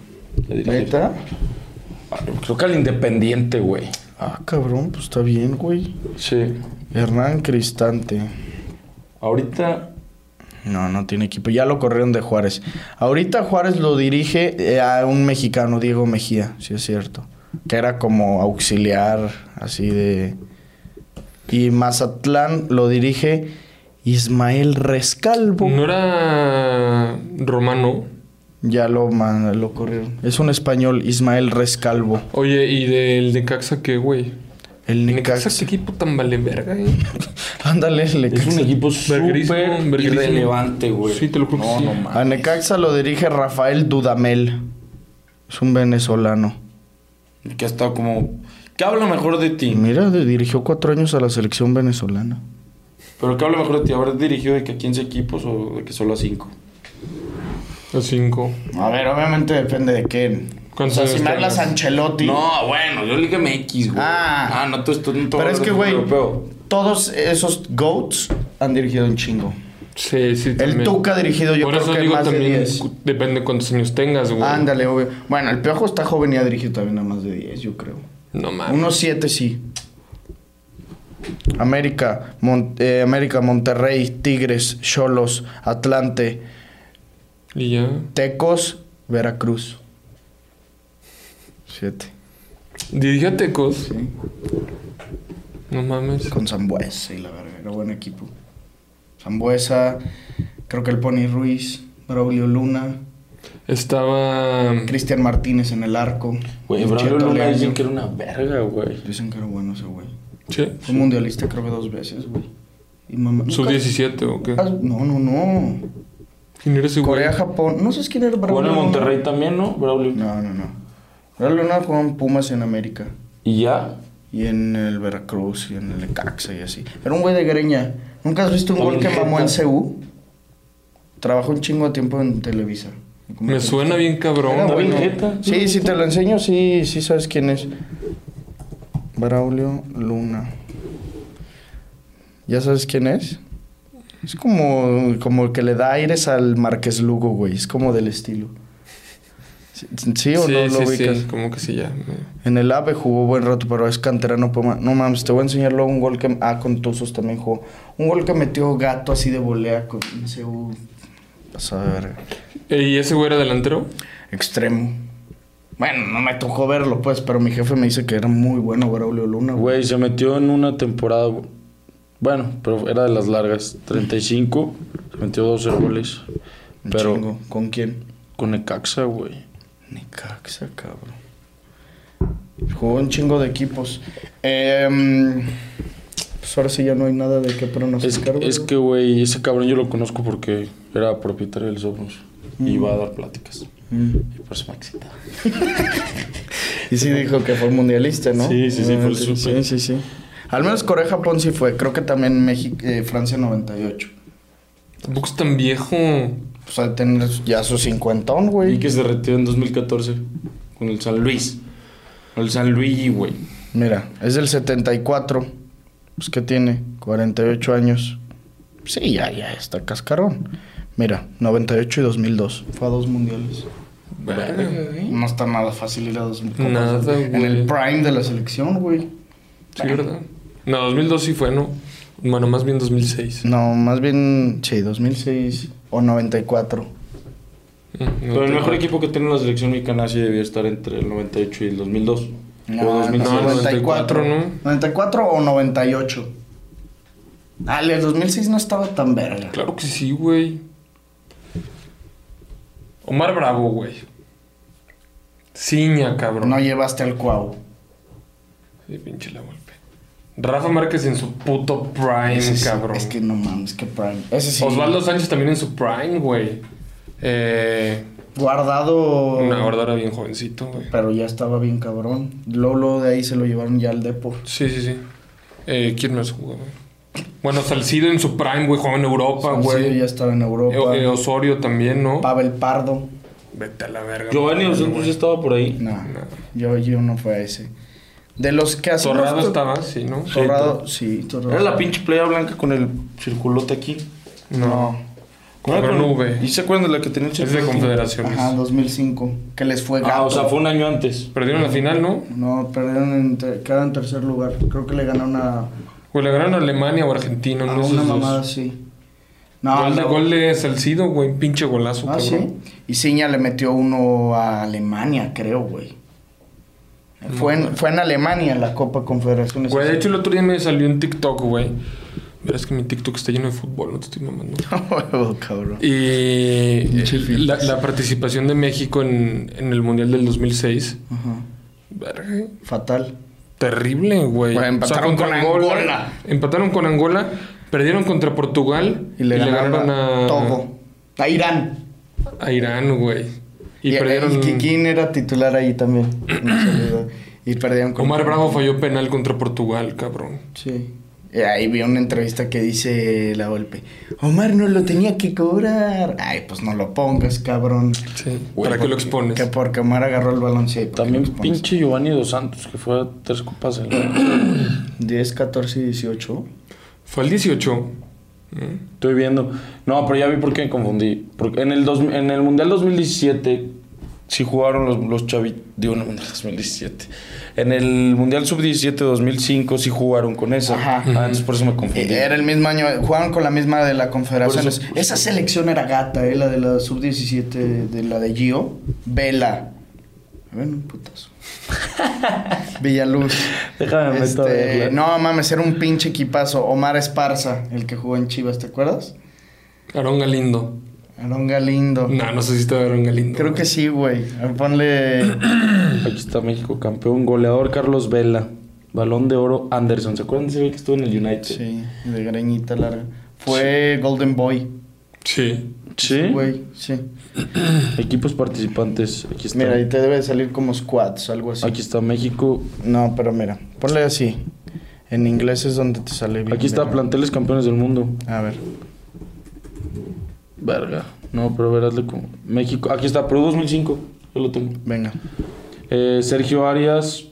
Speaker 4: A dirigir.
Speaker 2: ¿Neta?
Speaker 4: Creo que al Independiente, güey.
Speaker 2: Ah, cabrón, pues está bien, güey.
Speaker 4: Sí.
Speaker 2: Hernán Cristante.
Speaker 4: Ahorita,
Speaker 2: No, no tiene equipo. Ya lo corrieron de Juárez. Ahorita Juárez lo dirige eh, a un mexicano, Diego Mejía, si es cierto. Que era como auxiliar, así de... Y Mazatlán lo dirige Ismael Rescalvo.
Speaker 3: ¿No era Romano.
Speaker 2: Ya lo, man- lo corrieron. Es un español, Ismael Rescalvo.
Speaker 3: Oye, ¿y del Necaxa qué, güey?
Speaker 2: El
Speaker 3: Necaxa,
Speaker 2: Necaxa.
Speaker 3: qué equipo tan vale verga, eh.
Speaker 2: Ándale, el
Speaker 4: Es un
Speaker 2: Necaxa.
Speaker 4: equipo
Speaker 3: Verguerísimo,
Speaker 4: súper
Speaker 3: verguerísimo.
Speaker 4: irrelevante, güey.
Speaker 3: Sí, te lo juro que
Speaker 4: No,
Speaker 3: sí.
Speaker 4: no
Speaker 2: A
Speaker 4: mames.
Speaker 2: Necaxa lo dirige Rafael Dudamel. Es un venezolano.
Speaker 4: Que ha estado como... ¿Qué habla mejor de
Speaker 2: Y
Speaker 4: ti?
Speaker 2: mira, de- dirigió cuatro años a la selección venezolana.
Speaker 4: ¿Pero qué habla mejor de ti? ¿Habrás dirigido de que a 15 equipos o de que solo a 5?
Speaker 3: A cinco.
Speaker 2: A ver, obviamente depende de qué.
Speaker 3: ¿Cuántos años tengas?
Speaker 2: Ancelotti.
Speaker 4: No, bueno, yo Liga MX, güey.
Speaker 2: Ah.
Speaker 4: Ah, no, tú estás...
Speaker 2: Pero es que, güey, todos esos GOATs han dirigido un chingo.
Speaker 3: Sí, sí, también.
Speaker 2: El Tuca ha dirigido yo
Speaker 3: Por
Speaker 2: creo
Speaker 3: eso
Speaker 2: que
Speaker 3: digo
Speaker 2: más de
Speaker 3: también,
Speaker 2: 10.
Speaker 3: cu- depende cuántos años tengas, güey.
Speaker 2: Ándale, obvio. Bueno, el Piojo está joven y ha dirigido también a más de 10, yo creo.
Speaker 3: No mames.
Speaker 2: Unos 7 sí. América, Mon- eh, América, Monterrey, Tigres, Cholos, Atlante,
Speaker 3: Y ya.
Speaker 2: Tecos, Veracruz. 7.
Speaker 3: Dirige a Tecos.
Speaker 2: Sí.
Speaker 3: No mames.
Speaker 2: Con Zambuesa y la verga. Era buen equipo. Zambuesa, creo que el Pony Ruiz, Braulio Luna,
Speaker 3: Estaba.
Speaker 2: Cristian Martínez en el arco.
Speaker 4: Güey,
Speaker 2: el
Speaker 4: Braulio
Speaker 2: Cheto
Speaker 4: Luna
Speaker 2: Leaño.
Speaker 4: dicen que era una verga, güey.
Speaker 2: Dicen que era bueno ese güey.
Speaker 3: ¿Sí?
Speaker 2: Fue mundialista creo que dos veces, güey. Y mamá...
Speaker 3: Sub 17 o qué?
Speaker 2: nunca- No, no, no.
Speaker 3: ¿Quién era ese güey?
Speaker 2: Ah, Corea, Japón. No sé quién era Braulio
Speaker 4: Jugó en el
Speaker 2: Luna.
Speaker 4: Monterrey también, ¿no? Braulio.
Speaker 2: No, no, no. Braulio Luna jugó en Pumas en América.
Speaker 4: Y ya.
Speaker 2: Y en el Veracruz y en el Necaxa y así. Era un güey de greña. ¿Nunca has visto un gol que mamó en CU? Trabajó un chingo de tiempo en Televisa.
Speaker 3: Me suena bien cabrón.
Speaker 2: Era
Speaker 4: Está
Speaker 2: bueno.
Speaker 4: bien jeta.
Speaker 2: Sí, si te lo enseño, sí, sí sabes quién es. Braulio Luna. ¿Ya sabes quién es? Es como, como el que le da aires al Márquez Lugo, güey. Es como del estilo. ¿Sí, sí o
Speaker 3: Sí,
Speaker 2: no lo
Speaker 3: sí,
Speaker 2: ubicas?
Speaker 3: sí, como que sí, ya. me-
Speaker 2: En el AVE jugó buen rato, pero es canterano Puma. No mames, te voy a enseñar luego un gol que... Ah, con Tuzos también jugó. Un gol que metió Gato así de volea con CU. Pasada de verga.
Speaker 3: Eh, ¿Y ese güey era delantero?
Speaker 2: Extremo. Bueno, no me tocó verlo, pues, pero mi jefe me dice que era muy bueno Braulio Luna, güey.
Speaker 4: Güey, se metió en una temporada. güey. Bueno, pero era de las largas. 35, se metió 12 goles.
Speaker 2: Un
Speaker 4: Pero
Speaker 2: chingo. ¿Con quién?
Speaker 4: con Necaxa, güey.
Speaker 2: Necaxa, cabrón. Jugó un chingo de equipos. Em, pues ahora sí ya no hay nada de qué
Speaker 4: Es,
Speaker 2: pronosticar, güey.
Speaker 4: es que, güey, ese cabrón yo lo conozco porque era propietario del Sonos. Y iba a dar pláticas.
Speaker 2: Mm.
Speaker 4: Y por eso me excitaba.
Speaker 2: Y sí dijo que fue mundialista, ¿no? Ah,
Speaker 4: Sí, sí, sí, fue
Speaker 2: sí, sí,
Speaker 4: súper.
Speaker 2: sí, sí. Al menos Corea-Japón sí fue. Creo que también México, eh, Francia 98.
Speaker 3: Tampoco es tan viejo.
Speaker 2: Pues al tener ya su cincuentón, güey.
Speaker 4: Y que se retiró en 2014 con el San Luis. El San Luis, güey.
Speaker 2: Mira, es del 74. Pues ¿qué tiene? 48 años. Sí, ya, ya está cascarón. Mira, 98 y 2002. Fue a dos mundiales.
Speaker 3: Verga.
Speaker 2: No está nada fácil ir a dos mundiales.
Speaker 3: Nada,
Speaker 2: En
Speaker 3: güey.
Speaker 2: el prime de la selección, güey.
Speaker 3: Sí, ¿verdad? No, 2002 sí fue, ¿no? Bueno, más bien 2006.
Speaker 2: No, más bien, sí, 2006 o 94.
Speaker 3: Mm, no
Speaker 4: Pero el
Speaker 3: tengo-
Speaker 4: mejor equipo que tiene la selección mexicana sí debió estar entre el 98 y el 2002.
Speaker 2: No,
Speaker 4: o 2006.
Speaker 3: no,
Speaker 2: 94,
Speaker 3: 94,
Speaker 2: ¿no? 94 o 98. Ah, el del 2006 no estaba tan verga.
Speaker 3: Claro que sí, güey. Omar Bravo, güey. Ciña, cabrón.
Speaker 2: No llevaste al cuau.
Speaker 3: Sí, pinche la golpe. Rafa Márquez en su puto prime,
Speaker 2: Ese sí,
Speaker 3: cabrón.
Speaker 2: Es que no mames, que prime. Ese sí.
Speaker 3: Osvaldo Sánchez también en su prime, güey. Eh,
Speaker 2: Guardado.
Speaker 3: una gorda era bien jovencito, güey.
Speaker 2: Pero ya estaba bien cabrón. Luego, luego de ahí se lo llevaron ya al Depor.
Speaker 3: Sí, sí, sí. Eh, ¿Quién más jugó, güey? Bueno, Salcido en su prime, güey, jugó en Europa,
Speaker 2: Salcido
Speaker 3: Ah, güey.
Speaker 2: ya estaba en Europa.
Speaker 3: Eh, eh, Osorio también, ¿no?
Speaker 2: Pavel Pardo.
Speaker 3: Vete a la verga.
Speaker 4: Giovanni
Speaker 3: güey.
Speaker 4: Dos Santos ya estaba por ahí.
Speaker 2: No, yo, yo no fue ese. De los que hacen.
Speaker 3: Torrado
Speaker 2: los-
Speaker 3: estaba, sí, ¿no?
Speaker 2: Torrado, sí, Torrado.
Speaker 4: Era la pinche playa blanca con el circulote aquí.
Speaker 3: No.
Speaker 4: ¿Cómo era
Speaker 3: Con
Speaker 4: con-
Speaker 3: V.
Speaker 4: ¿Y se acuerdan de la que tenía el
Speaker 3: Es de
Speaker 4: circulote?
Speaker 3: confederaciones.
Speaker 2: Ajá, 2005. Que les fue gato.
Speaker 4: Ah, o sea, fue un año antes.
Speaker 3: Perdieron la final, ¿no?
Speaker 2: No, perdieron, en ter- quedaron en tercer lugar. Creo que le ganaron a,
Speaker 3: Güey, le ganaron a Alemania o Argentina,
Speaker 2: a
Speaker 3: uno de
Speaker 2: Ah, una
Speaker 3: esos dos.
Speaker 2: mamada así. No,
Speaker 3: Gol de,
Speaker 2: no.
Speaker 3: gol de Salcido, güey, pinche golazo,
Speaker 2: Ah, sí.
Speaker 3: cabrón.
Speaker 2: Y Ciña le metió uno a Alemania, creo, güey. Fue en, fue en Alemania la Copa Confederaciones.
Speaker 3: Güey, de hecho el otro día me salió un TikTok, güey, Verás que mi TikTok está lleno de fútbol, no te estoy mamando.
Speaker 2: Huevo, cabrón.
Speaker 3: Y eh,
Speaker 2: Pinche
Speaker 3: la,
Speaker 2: filas.
Speaker 3: la participación de México en, en el Mundial del 2006.
Speaker 2: Ajá.
Speaker 3: Verga,
Speaker 2: Fatal.
Speaker 3: Terrible, güey.
Speaker 2: Güey, empataron
Speaker 3: contra
Speaker 2: con Angola.
Speaker 3: Empataron con Angola, perdieron contra Portugal
Speaker 2: Y le ganaron a Togo. A Irán.
Speaker 3: a Irán, güey.
Speaker 2: Y,
Speaker 3: Y, perdieron.
Speaker 2: el Kikín era titular ahí también. No se olvidó. y perdieron con...
Speaker 3: Omar Bravo falló penal contra Portugal, cabrón.
Speaker 2: Sí. Y ahí vi una entrevista que dice la golpe. Omar no lo tenía que cobrar. Ay, pues no lo pongas, cabrón.
Speaker 3: Sí.
Speaker 4: Güey,
Speaker 3: ¿Para qué lo expones?
Speaker 2: Que porque Omar agarró el balón, sí. ¿por qué
Speaker 4: También
Speaker 2: lo expones?
Speaker 4: pinche Giovanni Dos Santos, que fue a tres copas del mundo.
Speaker 2: 10, 14 y 18.
Speaker 3: Fue al 18.
Speaker 4: Estoy viendo. No, pero ya vi por qué me confundí. Porque en el, dos- en el Mundial 2017 sí jugaron los, los chavitos. Digo, no, Mundial 2017. En el Mundial Sub-17 de 2005 sí jugaron con esa.
Speaker 2: Ajá.
Speaker 4: Ah, entonces por eso me confundí.
Speaker 2: Eh, Era el mismo año, jugaban con la misma de la Confederación.
Speaker 4: Por eso-
Speaker 2: Esa selección era gata, eh, la de la sub-17, de la de Gio. Vela. A ver, un putazo. Villaluz.
Speaker 4: Déjame meter a
Speaker 2: Este,
Speaker 4: verla.
Speaker 2: no mames, era un pinche equipazo. Omar Esparza, el que jugó en Chivas, ¿te acuerdas?
Speaker 3: Aarón Galindo.
Speaker 2: Aarón Galindo.
Speaker 3: No, no sé si estaba Aarón Galindo.
Speaker 2: Creo que sí, güey. A ver, Ponle.
Speaker 4: Aquí está México campeón. Goleador Carlos Vela. Balón de oro Anderson. ¿Se acuerdan de ese güey que estuvo en el United?
Speaker 2: Sí, de greñita larga. Fue Golden Boy.
Speaker 3: Sí.
Speaker 4: ¿Sí?
Speaker 2: Güey, sí.
Speaker 4: Equipos participantes. Aquí está.
Speaker 2: Mira, ahí te debe salir como squats, algo así.
Speaker 4: Aquí está México.
Speaker 2: No, pero mira, ponle así. En inglés es donde te sale bien.
Speaker 4: Aquí está
Speaker 2: verga.
Speaker 4: planteles campeones del mundo.
Speaker 2: A ver.
Speaker 4: Verga. No, pero verásle como. México. Aquí está, Perú 2005. Yo lo tengo.
Speaker 2: Venga.
Speaker 4: Eh, Sergio Arias.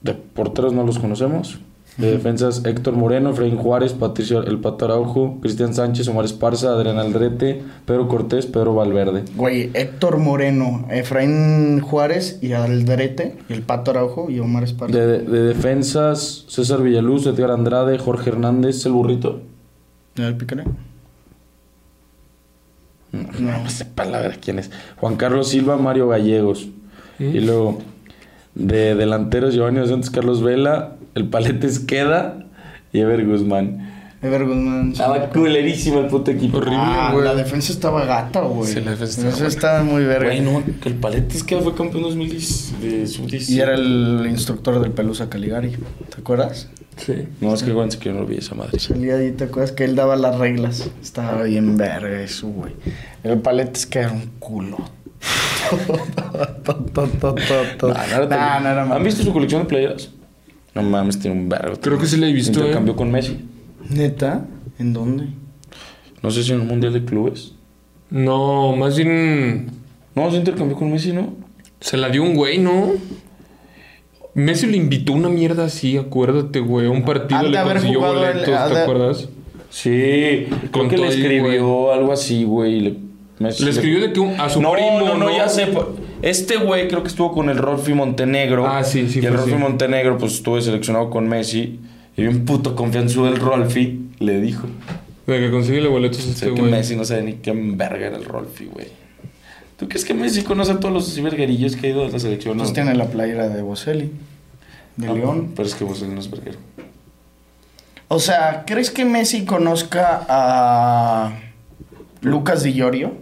Speaker 4: De porteros no los conocemos. De defensas, Héctor Moreno, Efraín Juárez, Patricio El Pato Araujo, Cristian Sánchez, Omar Esparza, Adrián Aldrete, Pedro Cortés, Pedro Valverde.
Speaker 2: Güey, Héctor Moreno, Efraín Juárez y Aldrete, y el Pato Araujo y Omar Esparza.
Speaker 4: De, de defensas, César Villaluz, Edgar Andrade, Jorge Hernández, El Burrito.
Speaker 2: ¿Ya el picaré?
Speaker 4: No, no sé palabra quién es. Juan Carlos Silva, Mario Gallegos. Y luego, de delanteros, Giovanni Dos Santos, Carlos Vela, el palete Esqueda y Ever Guzmán.
Speaker 2: Ever Guzmán. sí.
Speaker 4: Estaba culerísimo el puto equipo.
Speaker 3: Horrible.
Speaker 2: Ah,
Speaker 3: güey.
Speaker 2: la defensa estaba gata, güey.
Speaker 3: Sí, la defensa
Speaker 2: Eso estaba muy verga.
Speaker 4: Güey, no, que el palete Esqueda fue campeón 2010 de sub-17.
Speaker 2: Y era el instructor del Pelusa Caligari, ¿te acuerdas?
Speaker 3: Sí.
Speaker 4: No, es que Juan se que yo no olvidé esa madre.
Speaker 2: Salía ahí, ¿te acuerdas? Que él daba las reglas. Estaba bien verga eso, güey. El palete es que era un culo.
Speaker 4: Nah, no era tan-
Speaker 2: Nah, no era
Speaker 4: ¿Han
Speaker 2: mamá.
Speaker 4: visto su colección de playeras? No mames, tiene un vergo.
Speaker 3: Creo que sí la he visto,
Speaker 4: Intercambió
Speaker 3: eh.
Speaker 4: con Messi.
Speaker 2: ¿Neta? ¿En dónde?
Speaker 4: No sé si en un mundial de clubes.
Speaker 3: No, más bien
Speaker 4: No, se intercambió con Messi, ¿no?
Speaker 3: se la dio un güey, ¿no? Messi le invitó una mierda así, acuérdate, güey. A Un partido
Speaker 2: Han de
Speaker 3: le
Speaker 2: haber
Speaker 3: consiguió
Speaker 2: jugado el-
Speaker 3: boletos,
Speaker 2: ha
Speaker 3: ¿te
Speaker 2: de-
Speaker 3: acuerdas?
Speaker 4: Sí, creo
Speaker 3: Con
Speaker 4: que le
Speaker 3: todo y,
Speaker 4: escribió algo así, güey. y Le, Messi
Speaker 3: Le escribió de que un- a su
Speaker 4: no,
Speaker 3: primo,
Speaker 4: No, no,
Speaker 3: ¿no?
Speaker 4: ya sé. po- Este güey creo que estuvo con el Rolfi Montenegro.
Speaker 3: Ah, sí, sí,
Speaker 4: Y el
Speaker 3: fue,
Speaker 4: Rolfi
Speaker 3: sí.
Speaker 4: Montenegro, pues estuve seleccionado con Messi. Y un puto confianzudo el Rolfi le dijo.
Speaker 3: De que consigue boletos a
Speaker 4: Sé
Speaker 3: este
Speaker 4: que
Speaker 3: güey.
Speaker 4: Messi no sabe ni qué verga era el Rolfi, güey. ¿Tú crees que Messi conoce a todos los ciberguerillos que ha ido a la selección?
Speaker 2: Entonces Pues tiene la playera de Boselli, de
Speaker 4: Ah,
Speaker 2: León.
Speaker 4: Pero es que vos él no es verguero.
Speaker 2: O sea, ¿crees que Messi conozca a Lucas Di Llorio?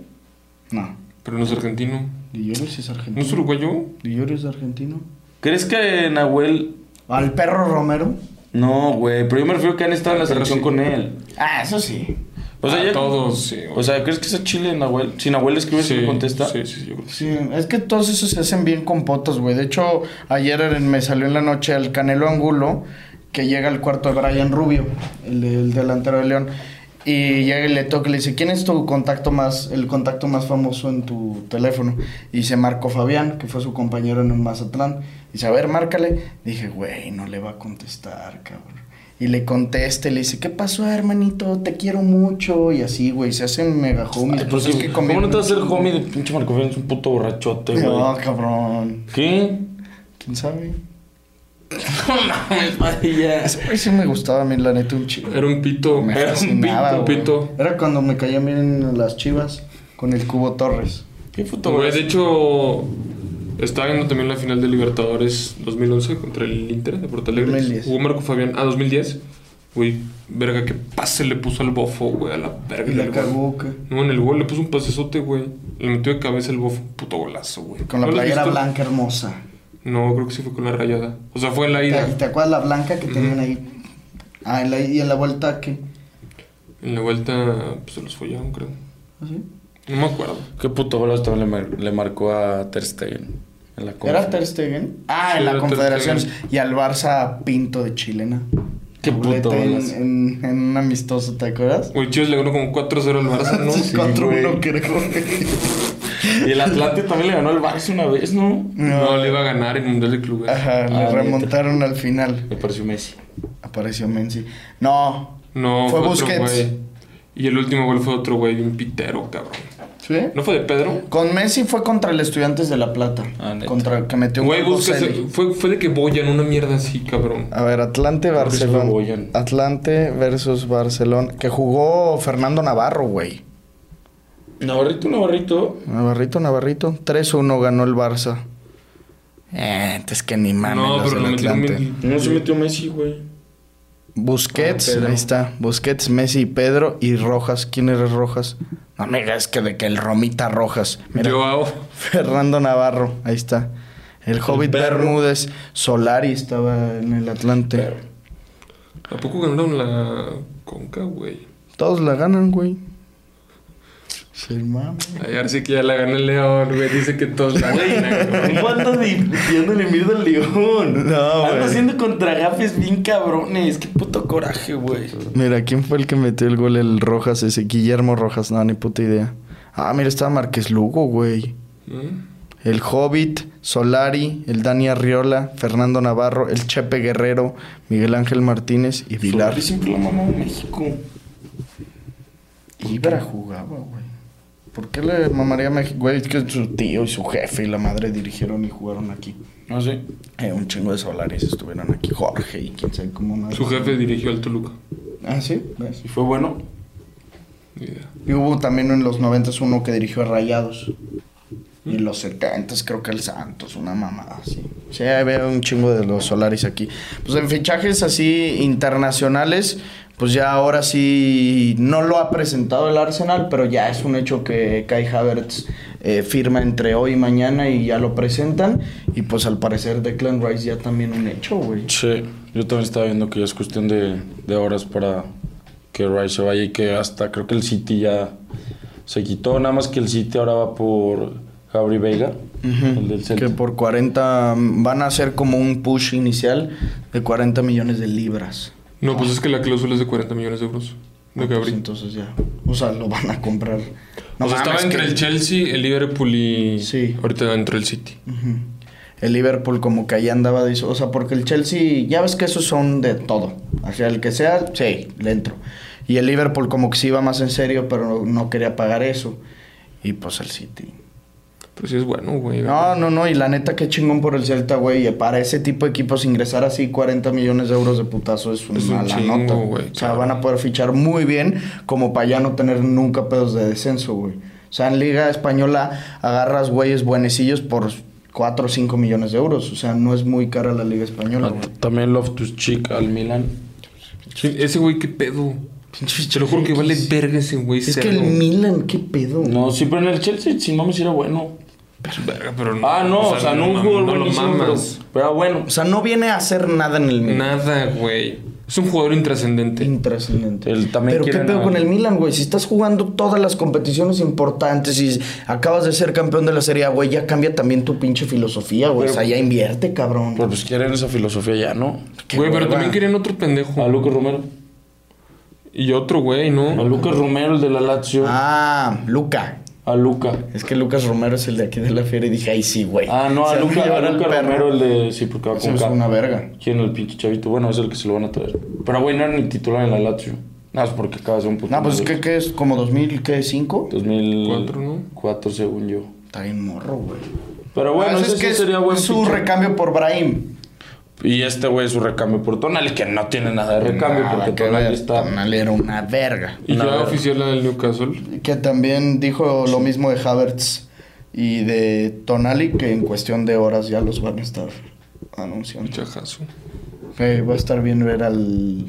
Speaker 2: No.
Speaker 3: Pero no es argentino.
Speaker 2: Di Llorio sí es
Speaker 3: ¿No es
Speaker 2: argentino.
Speaker 3: uruguayo?
Speaker 2: Di Llorio es argentino.
Speaker 4: ¿Crees que Nahuel.?
Speaker 2: ¿Al perro Romero?
Speaker 4: No, güey. Pero yo me refiero que han estado en la
Speaker 3: Pero
Speaker 4: selección
Speaker 3: sí.
Speaker 4: con él.
Speaker 2: Ah, eso sí.
Speaker 4: O sea,
Speaker 3: Ah,
Speaker 4: ya-
Speaker 3: todos, sí. güey.
Speaker 4: O sea, ¿crees que es Chile Nahuel? Si Nahuel le escribe,
Speaker 3: Sí,
Speaker 4: si contesta.
Speaker 3: Sí, sí, sí, yo creo que sí.
Speaker 2: Sí, es que todos esos se hacen bien compotas, güey. De hecho, ayer en- me salió en la noche el Canelo Angulo, que llega al cuarto de Brian Rubio, el, el delantero de León. Y llega y le toca y le dice, ¿quién es tu contacto más, el contacto más famoso en tu teléfono? Y dice Marco Fabián, que fue su compañero en el Mazatlán. Dice, a ver, márcale. Dije, güey, no le va a contestar, cabrón. Y le contesta y le dice, ¿qué pasó, hermanito? Te quiero mucho. Y así, güey, se hacen mega homies.
Speaker 4: Ay, pero
Speaker 2: Pues
Speaker 4: sí,
Speaker 2: es que
Speaker 4: ¿Cómo
Speaker 2: conviven
Speaker 4: no te vas a hacer
Speaker 2: mucho.
Speaker 4: homie de pinche Marco Fabián? Es un puto borrachote, güey.
Speaker 2: No, cabrón.
Speaker 4: ¿Qué?
Speaker 2: ¿Quién sabe?
Speaker 4: Mames, padilla.
Speaker 2: Ese güey sí me gustaba a mí, la neta, un chivo.
Speaker 3: Era un pito.
Speaker 2: Me
Speaker 4: era un
Speaker 2: fascinaba,
Speaker 3: pito,
Speaker 2: güey.
Speaker 3: pito.
Speaker 2: Era cuando me caían bien las chivas con el Cubo Torres.
Speaker 4: ¿Qué puto
Speaker 3: Güey, de
Speaker 4: borracho?
Speaker 3: hecho, estaba viendo también la final de Libertadores 2011 contra el Inter de Portalegre.
Speaker 2: 2010.
Speaker 3: Jugó Marco Fabián. Ah, 2010. Güey, verga, qué pase le puso al bofo, güey, a la verga.
Speaker 2: Y la
Speaker 3: del
Speaker 2: cagó,
Speaker 3: gol.
Speaker 2: ¿qué?
Speaker 3: No, en el gol le puso un pasesote, güey. Le metió de cabeza el bofo. Puto golazo, güey.
Speaker 2: Con la
Speaker 3: ¿No lo has
Speaker 2: playera
Speaker 3: visto?
Speaker 2: blanca hermosa.
Speaker 3: No, creo que sí fue con la rayada. O sea, fue en la
Speaker 2: ¿Te,
Speaker 3: ida.
Speaker 2: te acuerdas la blanca que tenían ahí? Ah, en la- y en la vuelta, ¿qué?
Speaker 3: En la vuelta, pues se los follaron, creo.
Speaker 2: ¿Así?
Speaker 3: No me acuerdo.
Speaker 4: Qué puto golazo también le, mar- le marcó a Ter Stegen en la Conf.
Speaker 2: ¿Era Ter Stegen? Ah,
Speaker 3: Sí,
Speaker 2: en la
Speaker 3: era Ter
Speaker 2: Confederación.
Speaker 3: Stegen.
Speaker 2: Y al Barça Pinto de Chilena.
Speaker 4: Qué
Speaker 2: Doblete
Speaker 4: puto
Speaker 2: en,
Speaker 4: golazo.
Speaker 2: en, en un amistoso, ¿te acuerdas?
Speaker 3: Güey, Chivas le ganó como 4-0 al Barça, ¿no?
Speaker 2: Sí, 4-1
Speaker 4: güey.
Speaker 2: creo.
Speaker 4: Y el Atlante también le ganó al Barça una vez, ¿no?
Speaker 3: No, le iba a ganar en Mundial de Clubes.
Speaker 2: Ajá, le
Speaker 4: Ah,
Speaker 2: remontaron al final.
Speaker 4: Me pareció Messi.
Speaker 2: Apareció Menzi. No.
Speaker 3: No,
Speaker 2: Fue
Speaker 3: fue,
Speaker 2: Busquets.
Speaker 3: otro güey. Y el último gol fue otro güey, un pitero, cabrón.
Speaker 2: ¿Sí?
Speaker 3: ¿No fue de Pedro?
Speaker 2: Con Messi fue contra el Estudiantes de La Plata.
Speaker 4: Ah, neta.
Speaker 2: contra que metió un
Speaker 3: Güey,
Speaker 2: gol
Speaker 3: Busquets
Speaker 2: Boselli.
Speaker 3: fue, fue de que boyan una mierda así, cabrón.
Speaker 2: A ver, Atlante
Speaker 4: Creo que sí fue
Speaker 2: Barcelona.
Speaker 4: Boyan.
Speaker 2: Atlante versus Barcelona. Que jugó Fernando Navarro, güey.
Speaker 4: Navarrito, Navarrito.
Speaker 2: Navarrito, Navarrito. 3-1 ganó el Barça. Eh, entonces que ni mames
Speaker 3: no,
Speaker 2: los
Speaker 3: pero
Speaker 2: del
Speaker 3: lo metieron
Speaker 2: Atlante.
Speaker 3: bien.
Speaker 4: No se metió Messi, güey.
Speaker 2: Busquets,
Speaker 4: Ah, Pedro.
Speaker 2: ahí está. Busquets, Messi, Pedro y Rojas. ¿Quién eres Rojas? No me digas que de que el Romita Rojas. Mira,
Speaker 3: Joao.
Speaker 2: Fernando Navarro, ahí está. El Hobbit
Speaker 4: perro.
Speaker 2: Bermúdez, Solari estaba en el Atlante.
Speaker 3: ¿A poco ganaron la Conca, güey?
Speaker 2: Todos la ganan, güey. Sí, mames.
Speaker 3: Ayer sí que ya la ganó el León, güey. Dice que todos la ganan, güey.
Speaker 4: ¿Cuánto discutiéndole mierda al León?
Speaker 2: No, güey.
Speaker 4: Anda haciendo contragafes bien cabrones. Qué puto coraje, güey.
Speaker 2: Mira, ¿quién fue el que metió el gol? El Rojas ese. Guillermo Rojas, no, ni puta idea. Ah, mira, estaba Márquez Lugo, güey.
Speaker 3: ¿Mm?
Speaker 2: El Hobbit, Solari, el Dani Arriola, Fernando Navarro, el Chepe Guerrero, Miguel Ángel Martínez y Vilar.
Speaker 4: Solari siempre la mamá de México.
Speaker 2: Ibra jugaba, güey. ¿Por qué le mamaría a México? Güey, es que su tío y su jefe y la madre dirigieron y jugaron aquí.
Speaker 4: No sé.
Speaker 2: Eh, un chingo de Solaris estuvieron aquí. Jorge y quién sabe cómo más.
Speaker 3: Su jefe dirigió al Toluca.
Speaker 2: Ah, sí, ¿Ves?
Speaker 4: Si fue bueno.
Speaker 3: Ni idea.
Speaker 2: Y hubo también en los 90 uno que dirigió a Rayados. Y
Speaker 4: Mm.
Speaker 2: en los 70 creo que el Santos, una mamada así. Sí, ahí veo un chingo de los Solaris aquí. Pues en fichajes así internacionales, pues ya ahora sí no lo ha presentado el Arsenal, pero ya es un hecho que Kai Havertz eh, firma entre hoy y mañana y ya lo presentan. Y pues al parecer Declan Rice ya también un hecho, güey.
Speaker 4: Sí, yo también estaba viendo que ya es cuestión de, de horas para que Rice se vaya y que hasta creo que el City ya se quitó. Nada más que el City ahora va por Gabri Veiga, el del Celta.
Speaker 2: Que por 40 van a hacer como un push inicial de 40 millones de libras.
Speaker 3: No, pues es que la cláusula es de 40 millones de euros. De
Speaker 2: Pues
Speaker 3: Gabriel.
Speaker 2: entonces ya. O sea, lo van a comprar. No
Speaker 3: o sea, Pues estaba
Speaker 2: mames,
Speaker 3: entre
Speaker 2: que-
Speaker 3: el Chelsea, el Liverpool y.
Speaker 2: Sí. Mm.
Speaker 3: Ahorita entre el City.
Speaker 2: Ujú. El Liverpool como que ahí andaba de eso. O sea, porque el Chelsea, ya ves que esos son de todo. Hacia el que sea, sí, le entro. Y el Liverpool como que sí iba más en serio, pero no, no quería pagar eso. Y pues el City.
Speaker 3: Pero sí es bueno, güey.
Speaker 2: No, no, no. Y la neta, qué chingón por el Celta, güey. Y Para ese tipo de equipos ingresar así 40 millones de euros de putazo es una
Speaker 3: Es un
Speaker 2: mala
Speaker 3: chingo,
Speaker 2: nota.
Speaker 3: güey,
Speaker 2: o sea,
Speaker 3: claro.
Speaker 2: van a poder fichar muy bien como para ya no tener nunca pedos de descenso, güey. O sea, en Liga Española agarras güeyes buenecillos por 4 o 5 millones de euros. O sea, no es muy cara la Liga Española,
Speaker 4: Ah,
Speaker 2: güey.
Speaker 4: También Loftus Cheek al Milan.
Speaker 3: Sí, Ese güey, qué pedo. Te lo juro que vale verga ese güey.
Speaker 2: Es que el Milan, qué pedo.
Speaker 4: No, sí, pero en el Chelsea, si mames, era bueno.
Speaker 3: Verga, pero no.
Speaker 4: Ah, no, o sea, no un
Speaker 3: mam-
Speaker 4: jugador
Speaker 3: no lo
Speaker 4: buenísimo, pero,
Speaker 3: mamas.
Speaker 4: pero era bueno.
Speaker 2: O sea, no viene a hacer nada en el Milan.
Speaker 3: Nada, güey. Es un jugador
Speaker 4: Mm,
Speaker 3: intrascendente.
Speaker 2: Intrascendente.
Speaker 4: Este, El- también
Speaker 2: Pero qué
Speaker 4: quieren
Speaker 2: pedo
Speaker 4: a-
Speaker 2: con el Milan, güey. Si estás jugando todas las competiciones importantes y acabas de ser campeón de la Serie A, güey, ya cambia también tu pinche filosofía, güey.
Speaker 4: Pero-
Speaker 2: o sea, ya invierte, cabrón.
Speaker 4: Pero pues quieren esa filosofía ya, ¿no?
Speaker 2: Qué
Speaker 3: Güey, pero
Speaker 2: hueva.
Speaker 3: también querían otro
Speaker 4: A
Speaker 3: pendejo.
Speaker 4: Lucas Romero.
Speaker 3: Y otro güey,
Speaker 4: A
Speaker 3: ¿no?
Speaker 4: Lucas Romero, el de la Lazio.
Speaker 2: Ah, Luca.
Speaker 4: A Luca.
Speaker 2: Es que Lucas Romero es el de aquí de la fiera y dije, ay, sí, güey.
Speaker 4: Ah, no, a
Speaker 2: Se me
Speaker 4: Luca, a
Speaker 2: llevaron el
Speaker 4: Luca
Speaker 2: perro.
Speaker 4: Romero, el de. Sí, porque va
Speaker 2: Se me
Speaker 4: con
Speaker 2: hizo
Speaker 4: K.
Speaker 2: una verga.
Speaker 4: ¿Quién el pinche chavito? Bueno, es el que se lo van a traer. Pero, güey, no era ni titular en la Lazio. Nada, es porque acaba de ser un puto.
Speaker 2: No, pues,
Speaker 4: madre.
Speaker 2: ¿qué, qué es? ¿Como 2005?
Speaker 4: 2004,
Speaker 3: ¿no?
Speaker 4: según yo.
Speaker 2: Está bien morro, güey.
Speaker 4: Pero bueno,
Speaker 2: Ah,
Speaker 4: ese sí sería buen
Speaker 2: su
Speaker 4: fichaje.
Speaker 2: recambio por Brahim.
Speaker 4: Y este güey su recambio por Tonali, que no tiene nada de recambio,
Speaker 2: Nada
Speaker 4: porque
Speaker 2: que
Speaker 4: Tonali
Speaker 2: ver,
Speaker 4: está.
Speaker 2: Tonali era una verga.
Speaker 3: Y
Speaker 4: Una
Speaker 3: ya
Speaker 4: verga.
Speaker 3: oficial la del Newcastle.
Speaker 2: que también dijo lo mismo de Havertz y de Tonali, que en cuestión de horas ya los van a estar anunciando.
Speaker 3: Chajazo.
Speaker 2: Eh, va a estar bien ver al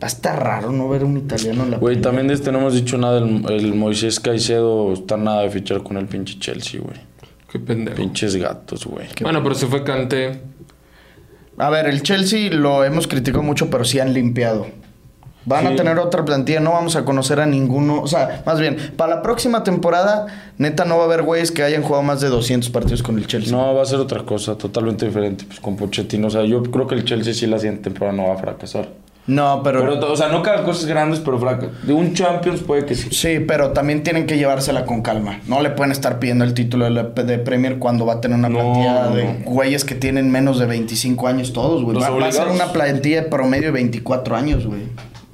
Speaker 2: Va a estar raro no ver a un italiano en la
Speaker 4: Güey, también de este no hemos dicho nada. El, el Moisés Caicedo está nada de fichar con el pinche Chelsea, güey.
Speaker 3: Qué pendejo.
Speaker 4: Pinches gatos, güey.
Speaker 3: Bueno, pero se fue Kanté.
Speaker 2: A ver, el Chelsea lo hemos criticado mucho, pero sí han limpiado. Van a tener otra plantilla, no vamos a conocer a ninguno. O sea, más bien, para la próxima temporada, neta, no va a haber güeyes que hayan jugado más de 200 partidos con el Chelsea.
Speaker 4: No, va a ser otra cosa totalmente diferente. Pues con Pochettino, o sea, yo creo que el Chelsea sí la siguiente temporada no va a fracasar.
Speaker 2: No, pero,
Speaker 4: Pero, o sea, no cagan cosas grandes, pero fraca. De un Champions puede que sí.
Speaker 2: Sí, pero también tienen que llevársela con calma. No le pueden estar pidiendo el título de, la- de Premier cuando va a tener una
Speaker 4: No,
Speaker 2: plantilla de
Speaker 4: no.
Speaker 2: güeyes que tienen menos de 25 años todos, güey.
Speaker 4: Los
Speaker 2: Va, va a ser una
Speaker 4: obligados.
Speaker 2: plantilla de promedio de 24 años, güey.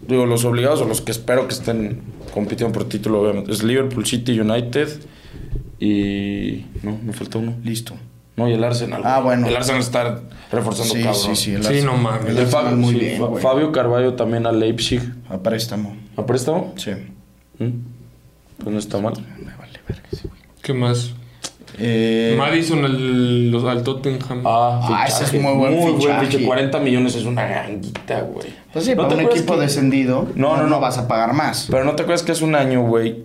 Speaker 4: Digo, los obligados o los que espero que estén compitiendo por título, obviamente. Es Liverpool City United y. No, me falta uno.
Speaker 2: Listo.
Speaker 4: No, y el Arsenal.
Speaker 2: Ah,
Speaker 4: güey.
Speaker 2: bueno.
Speaker 4: El Arsenal está reforzando
Speaker 2: Sí,
Speaker 4: cabrón.
Speaker 2: sí, sí. el
Speaker 3: Sí,
Speaker 2: Arsenal.
Speaker 3: no mames.
Speaker 2: El
Speaker 4: El
Speaker 2: Arsenal
Speaker 4: Fabio,
Speaker 2: muy
Speaker 4: sí,
Speaker 2: bien,
Speaker 4: Fa-
Speaker 2: güey.
Speaker 4: Fabio Carballo también a Leipzig.
Speaker 2: A préstamo.
Speaker 4: ¿A préstamo?
Speaker 2: Sí.
Speaker 4: ¿Mm? Pues no está mal.
Speaker 2: Me vale verga ese güey.
Speaker 3: ¿Qué más?
Speaker 2: Eh,
Speaker 3: Madison al, los- al Tottenham.
Speaker 4: Ah,
Speaker 2: Ah,
Speaker 4: fichaje.
Speaker 2: ese es muy buen fichaje.
Speaker 4: 40 millones es una ganguita, güey.
Speaker 2: Pues sí,
Speaker 4: ¿No te
Speaker 2: para un
Speaker 4: acuerdas
Speaker 2: equipo
Speaker 4: que-
Speaker 2: descendido,
Speaker 4: No, no, no.
Speaker 2: vas a pagar más.
Speaker 4: Pero no te acuerdas que hace un año, güey,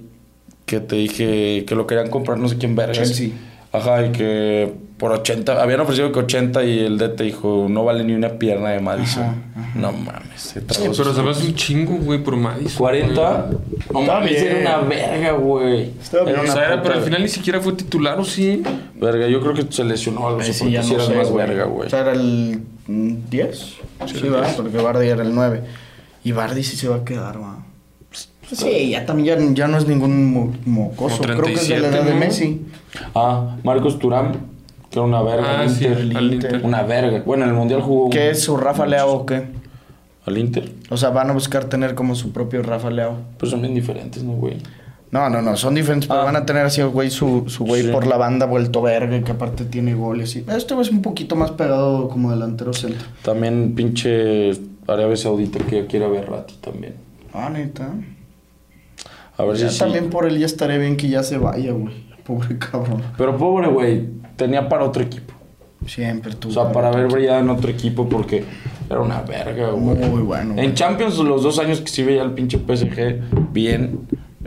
Speaker 4: que te dije que lo querían comprar no sé quién vergas.
Speaker 2: Chelsea.
Speaker 4: Ajá, y que por 80, habían ofrecido que 80 y el DT dijo, no vale ni una pierna de Madison.
Speaker 2: Ajá,
Speaker 4: No mames, se
Speaker 3: Sí,
Speaker 4: trabó
Speaker 3: pero
Speaker 4: sus-
Speaker 3: se me hace un chingo, güey, por Madison.
Speaker 4: 40. No
Speaker 2: Está
Speaker 4: mames,
Speaker 2: bien.
Speaker 4: era una verga, güey.
Speaker 2: Está
Speaker 4: Era
Speaker 2: bien.
Speaker 4: una
Speaker 3: O sea, era,
Speaker 4: puta
Speaker 3: pero al
Speaker 4: verga.
Speaker 3: final ni siquiera fue titular, ¿o sí?
Speaker 4: Verga, yo creo que se lesionó algo.
Speaker 2: Ahí
Speaker 4: Sí,
Speaker 2: sí, ya
Speaker 4: sí
Speaker 2: no
Speaker 4: era
Speaker 2: sé,
Speaker 4: más
Speaker 2: güey.
Speaker 4: verga, güey.
Speaker 2: O sea, era el mm, 10. Sí, ¿verdad? Porque Bardi era el 9. Y Bardi sí se va a quedar, va. Sí, ya también ya, ya no es ningún mo- mocoso.
Speaker 3: Como
Speaker 2: Creo que es de la
Speaker 3: 37,
Speaker 2: edad de
Speaker 3: ¿no?
Speaker 2: Messi.
Speaker 4: Ah, Marcos Turam, que era una verga.
Speaker 3: Ah,
Speaker 4: al
Speaker 3: sí,
Speaker 4: Inter.
Speaker 3: al Inter.
Speaker 4: Una verga. Bueno, en el Mundial jugó...
Speaker 2: ¿Qué es su Rafa Leao o qué?
Speaker 4: Al Inter.
Speaker 2: O sea, van a buscar tener como su propio Rafa Leao.
Speaker 4: Pues son bien diferentes, ¿no, güey?
Speaker 2: No, no, no, son diferentes, pero
Speaker 4: Ah.
Speaker 2: van a tener así, güey, su, su güey
Speaker 4: Sí.
Speaker 2: por la banda vuelto verga, y que aparte tiene goles. Y... Este güey es un poquito más pegado como delantero centro.
Speaker 4: También pinche Arabia Saudita que ya quiere ver Rati también.
Speaker 2: Ah, neta.
Speaker 4: A ver
Speaker 2: Ya
Speaker 4: si Pues sí.
Speaker 2: también por él ya estaré bien que ya se vaya, güey. Pobre cabrón.
Speaker 4: Pero pobre, güey, tenía para otro equipo.
Speaker 2: Siempre tú.
Speaker 4: O sea, para ver brillar en otro equipo porque era una verga, güey.
Speaker 2: Muy bueno, güey.
Speaker 4: En Champions, los dos años que sí veía al pinche PSG bien,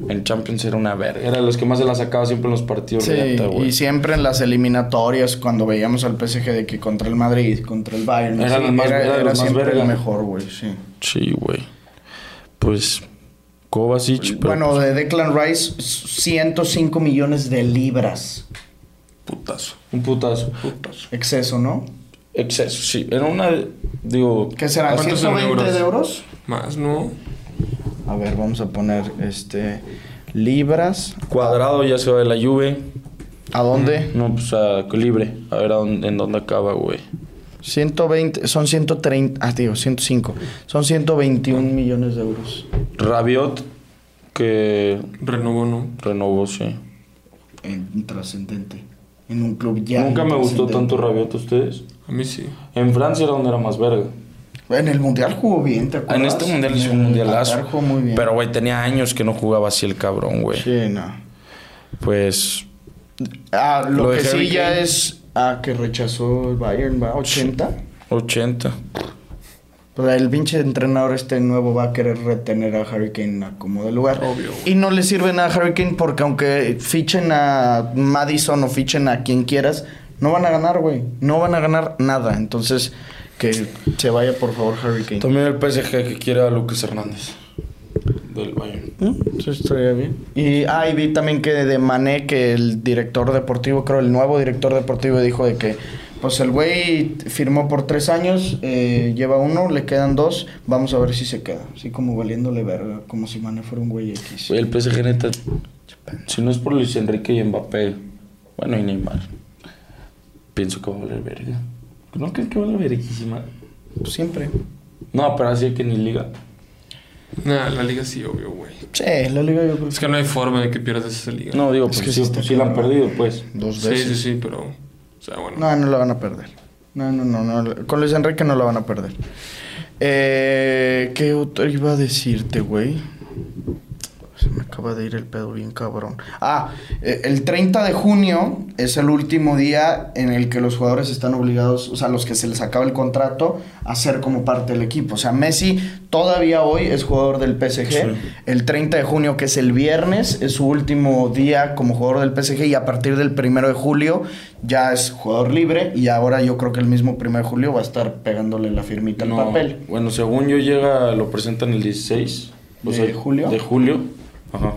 Speaker 4: en Champions era una verga. Era de los que más se la sacaba siempre en los partidos,
Speaker 2: Sí,
Speaker 4: neta,
Speaker 2: y
Speaker 4: güey.
Speaker 2: siempre en las eliminatorias, cuando veíamos al PSG de que contra el Madrid, contra el Bayern,
Speaker 4: Era
Speaker 2: sí,
Speaker 4: los más- era los más
Speaker 2: siempre
Speaker 4: verga.
Speaker 2: el mejor, güey, sí.
Speaker 4: Sí, güey. Pues, Kovacic, pero pues,
Speaker 2: bueno, de Declan Rice, 105 millones de libras.
Speaker 3: Putazo.
Speaker 4: un putazo. putazo.
Speaker 2: Exceso, ¿no?
Speaker 4: Exceso, sí. Era una, digo...
Speaker 2: ¿Qué serán?
Speaker 3: ¿Cuántos en
Speaker 2: ¿120 de euros?
Speaker 3: Más, ¿no?
Speaker 2: A ver, vamos a poner este libras.
Speaker 4: Cuadrado ya se va de la Juve.
Speaker 2: ¿A dónde?
Speaker 4: No, pues a libre. A ver a dónde- en dónde acaba, güey. Mm.
Speaker 2: 120, son 130, ah, digo, 105. Son 121 millones de euros.
Speaker 4: Rabiot, que
Speaker 3: Renovó, ¿no?
Speaker 4: renovó, sí.
Speaker 2: Intrascendente. En un club ya.
Speaker 4: Nunca me gustó tanto
Speaker 2: intrascendente.
Speaker 4: Rabiot a ustedes.
Speaker 3: A mí sí.
Speaker 4: En Francia era donde era más verga.
Speaker 2: En el mundial jugó bien, ¿te acuerdas?
Speaker 4: En este mundial hizo
Speaker 2: En
Speaker 4: un
Speaker 2: el
Speaker 4: mundialazo.
Speaker 2: Qatar jugó muy bien.
Speaker 4: Pero, güey, tenía años que no jugaba así el cabrón, güey.
Speaker 2: Sí, no.
Speaker 4: Pues,
Speaker 2: Ah, lo,
Speaker 4: Lo de
Speaker 2: que sí
Speaker 4: Harry
Speaker 2: ya
Speaker 4: Kane.
Speaker 2: es. Ah, que rechazó el Bayern, ¿va? 80.
Speaker 4: 80.
Speaker 2: Pero el pinche entrenador este nuevo va a querer retener a Harry Kane a como de lugar.
Speaker 3: Obvio, güey.
Speaker 2: Y no le sirve nada a Harry Kane porque aunque fichen a Madison o fichen a quien quieras, no van a ganar, güey. No van a ganar nada. Entonces, que se vaya por favor Harry Kane.
Speaker 4: También el PSG que quiere a Lucas Hernández. Del Bayern.
Speaker 2: Sí, estaría bien. Y, ah, y vi también que de Mané, que el director deportivo, creo el nuevo director deportivo, dijo de que, pues el güey firmó por tres años, eh, lleva uno, le quedan dos, vamos a ver si se queda. Así como valiéndole verga, como si Mané fuera un güey X.
Speaker 4: Güey, el PSG neta. Si no es por Luis Enrique y Mbappé, bueno, y Neymar, pienso que va a valer verga. ¿No crees que va a valer verguísima?
Speaker 2: Pues siempre.
Speaker 4: No, pero así que ni liga.
Speaker 3: Nah, la liga sí, obvio, güey.
Speaker 2: Sí, la liga yo creo
Speaker 3: Es que no hay forma de que pierdas esa liga.
Speaker 4: No, digo,
Speaker 2: Es
Speaker 4: porque
Speaker 2: que sí
Speaker 4: sí,
Speaker 2: está
Speaker 4: sí la han
Speaker 2: cabrón.
Speaker 4: perdido, pues.
Speaker 2: dos
Speaker 3: sí,
Speaker 2: veces.
Speaker 3: sí, sí, pero. O sea, bueno.
Speaker 2: No, no la van a perder. No, no, no, no. Con Luis Enrique no la van a perder. Eh, ¿Qué otro iba a decirte, güey? Se me acaba de ir el pedo bien cabrón. Ah, eh, el 30 de junio es el último día en el que los jugadores están obligados, o sea, los que se les acaba el contrato, a ser como parte del equipo. O sea, Messi todavía hoy es jugador del PSG. El 30 de junio, que es el viernes, es su último día como jugador del PSG y a partir del 1 de julio ya es jugador libre y ahora yo creo que el mismo 1 de julio va a estar pegándole la firmita al
Speaker 4: No,
Speaker 2: papel.
Speaker 4: Bueno, según yo llega, lo presentan el 16. o
Speaker 2: ¿De julio?
Speaker 4: De julio. Ajá.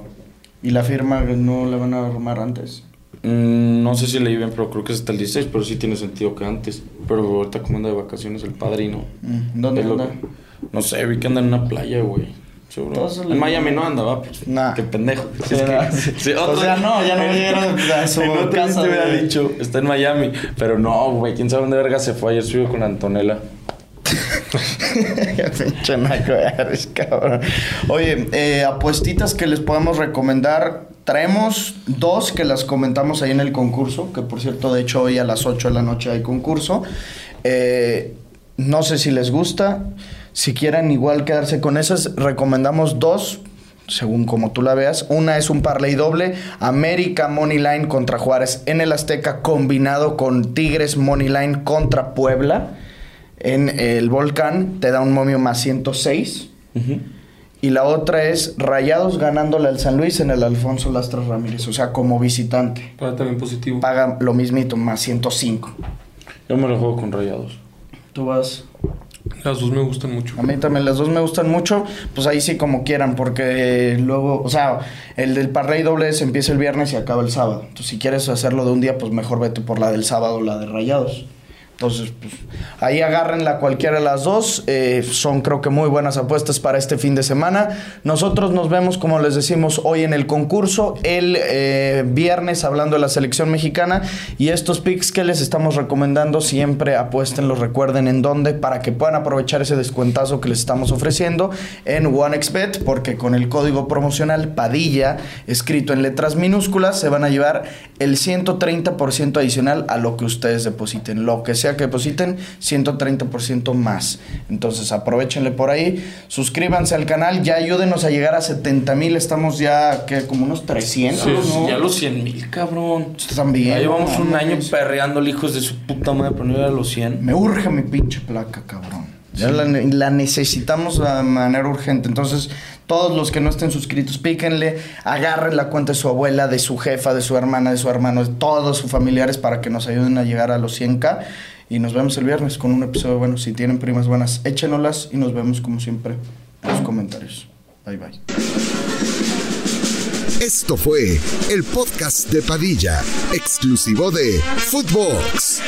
Speaker 2: Y la firma no la van a armar antes.
Speaker 4: Mm, No sé si leí bien, pero creo que es hasta el 16, pero sí tiene sentido que antes. Pero ahorita como anda de vacaciones el padrino.
Speaker 2: Mm, ¿dónde
Speaker 4: Es lo
Speaker 2: anda?
Speaker 4: que- no sé, vi que anda en una playa, güey. Seguro.
Speaker 2: Entonces,
Speaker 4: en Miami no andaba, pues.
Speaker 2: Nah.
Speaker 4: Qué pendejo.
Speaker 2: Sí, nah.
Speaker 4: Sí,
Speaker 2: O sea, no, ya no voy a ir a- a su
Speaker 4: En otro
Speaker 2: casa,
Speaker 4: te hubiera
Speaker 2: güey.
Speaker 4: dicho, está en Miami. Pero no, güey, quién sabe dónde verga se fue. Ayer subió con Antonella.
Speaker 2: Pinche naco, eres cabrón. Oye, eh, apuestitas que les podemos recomendar. Traemos dos que las comentamos ahí en el concurso, que por cierto, de hecho, hoy a las 8 de la noche hay concurso. Eh, no sé si les gusta. Si quieran igual quedarse con esas, recomendamos dos, según como tú la veas. Una es un parlay doble, América Money Line contra Juárez en el Azteca, combinado con Tigres Money Line contra Puebla en el volcán te da un momio más 106. Y la otra es Rayados ganándole al San Luis en el Alfonso Lastras Ramírez, o sea, como visitante.
Speaker 3: Para también positivo.
Speaker 2: Paga lo mismito, más 105.
Speaker 4: Yo me lo juego con rayados.
Speaker 2: Tú vas.
Speaker 3: Las dos me gustan mucho.
Speaker 2: A mí también las dos me gustan mucho, pues ahí sí como quieran, porque eh, luego, o sea, el del Parrey doble se empieza el viernes y acaba el sábado. Entonces, si quieres hacerlo de un día, pues mejor vete por la del sábado o la de Rayados. Entonces, pues ahí agárrenla cualquiera de las dos. Eh, son creo que muy buenas apuestas para este fin de semana. Nosotros nos vemos, como les decimos, hoy en el concurso, el eh, viernes hablando de la selección mexicana. Y estos picks que les estamos recomendando, siempre apuéstenlos, recuerden en dónde, para que puedan aprovechar ese descuentazo que les estamos ofreciendo en OneXBet, porque con el código promocional Padilla, escrito en letras minúsculas, se van a llevar el 130% adicional a lo que ustedes depositen. Lo que sea que depositen, 130% más. Entonces, aprovechenle por ahí, suscríbanse al canal, ya ayúdenos a llegar a 70 mil, estamos ya, que Como unos 300,
Speaker 4: Sí,
Speaker 2: ¿no?
Speaker 4: Ah, Ya los 100 mil, cabrón.
Speaker 2: También.
Speaker 4: Ya llevamos un
Speaker 2: No,
Speaker 4: año
Speaker 2: mames.
Speaker 4: perreando hijos de su puta madre, pero no era los 100.
Speaker 2: Me urge mi pinche placa, cabrón. Ya la, ne- la necesitamos de manera urgente. Entonces, todos los que no estén suscritos, píquenle, agarren la cuenta de su abuela, de su jefa, de su hermana, de su hermano, de todos sus familiares para que nos ayuden a llegar a los 100k. Y nos vemos el viernes con un episodio bueno. Si tienen primas buenas, échenolas y nos vemos como siempre en los comentarios. Bye bye.
Speaker 1: Esto fue el podcast de Padilla, exclusivo de Footbox.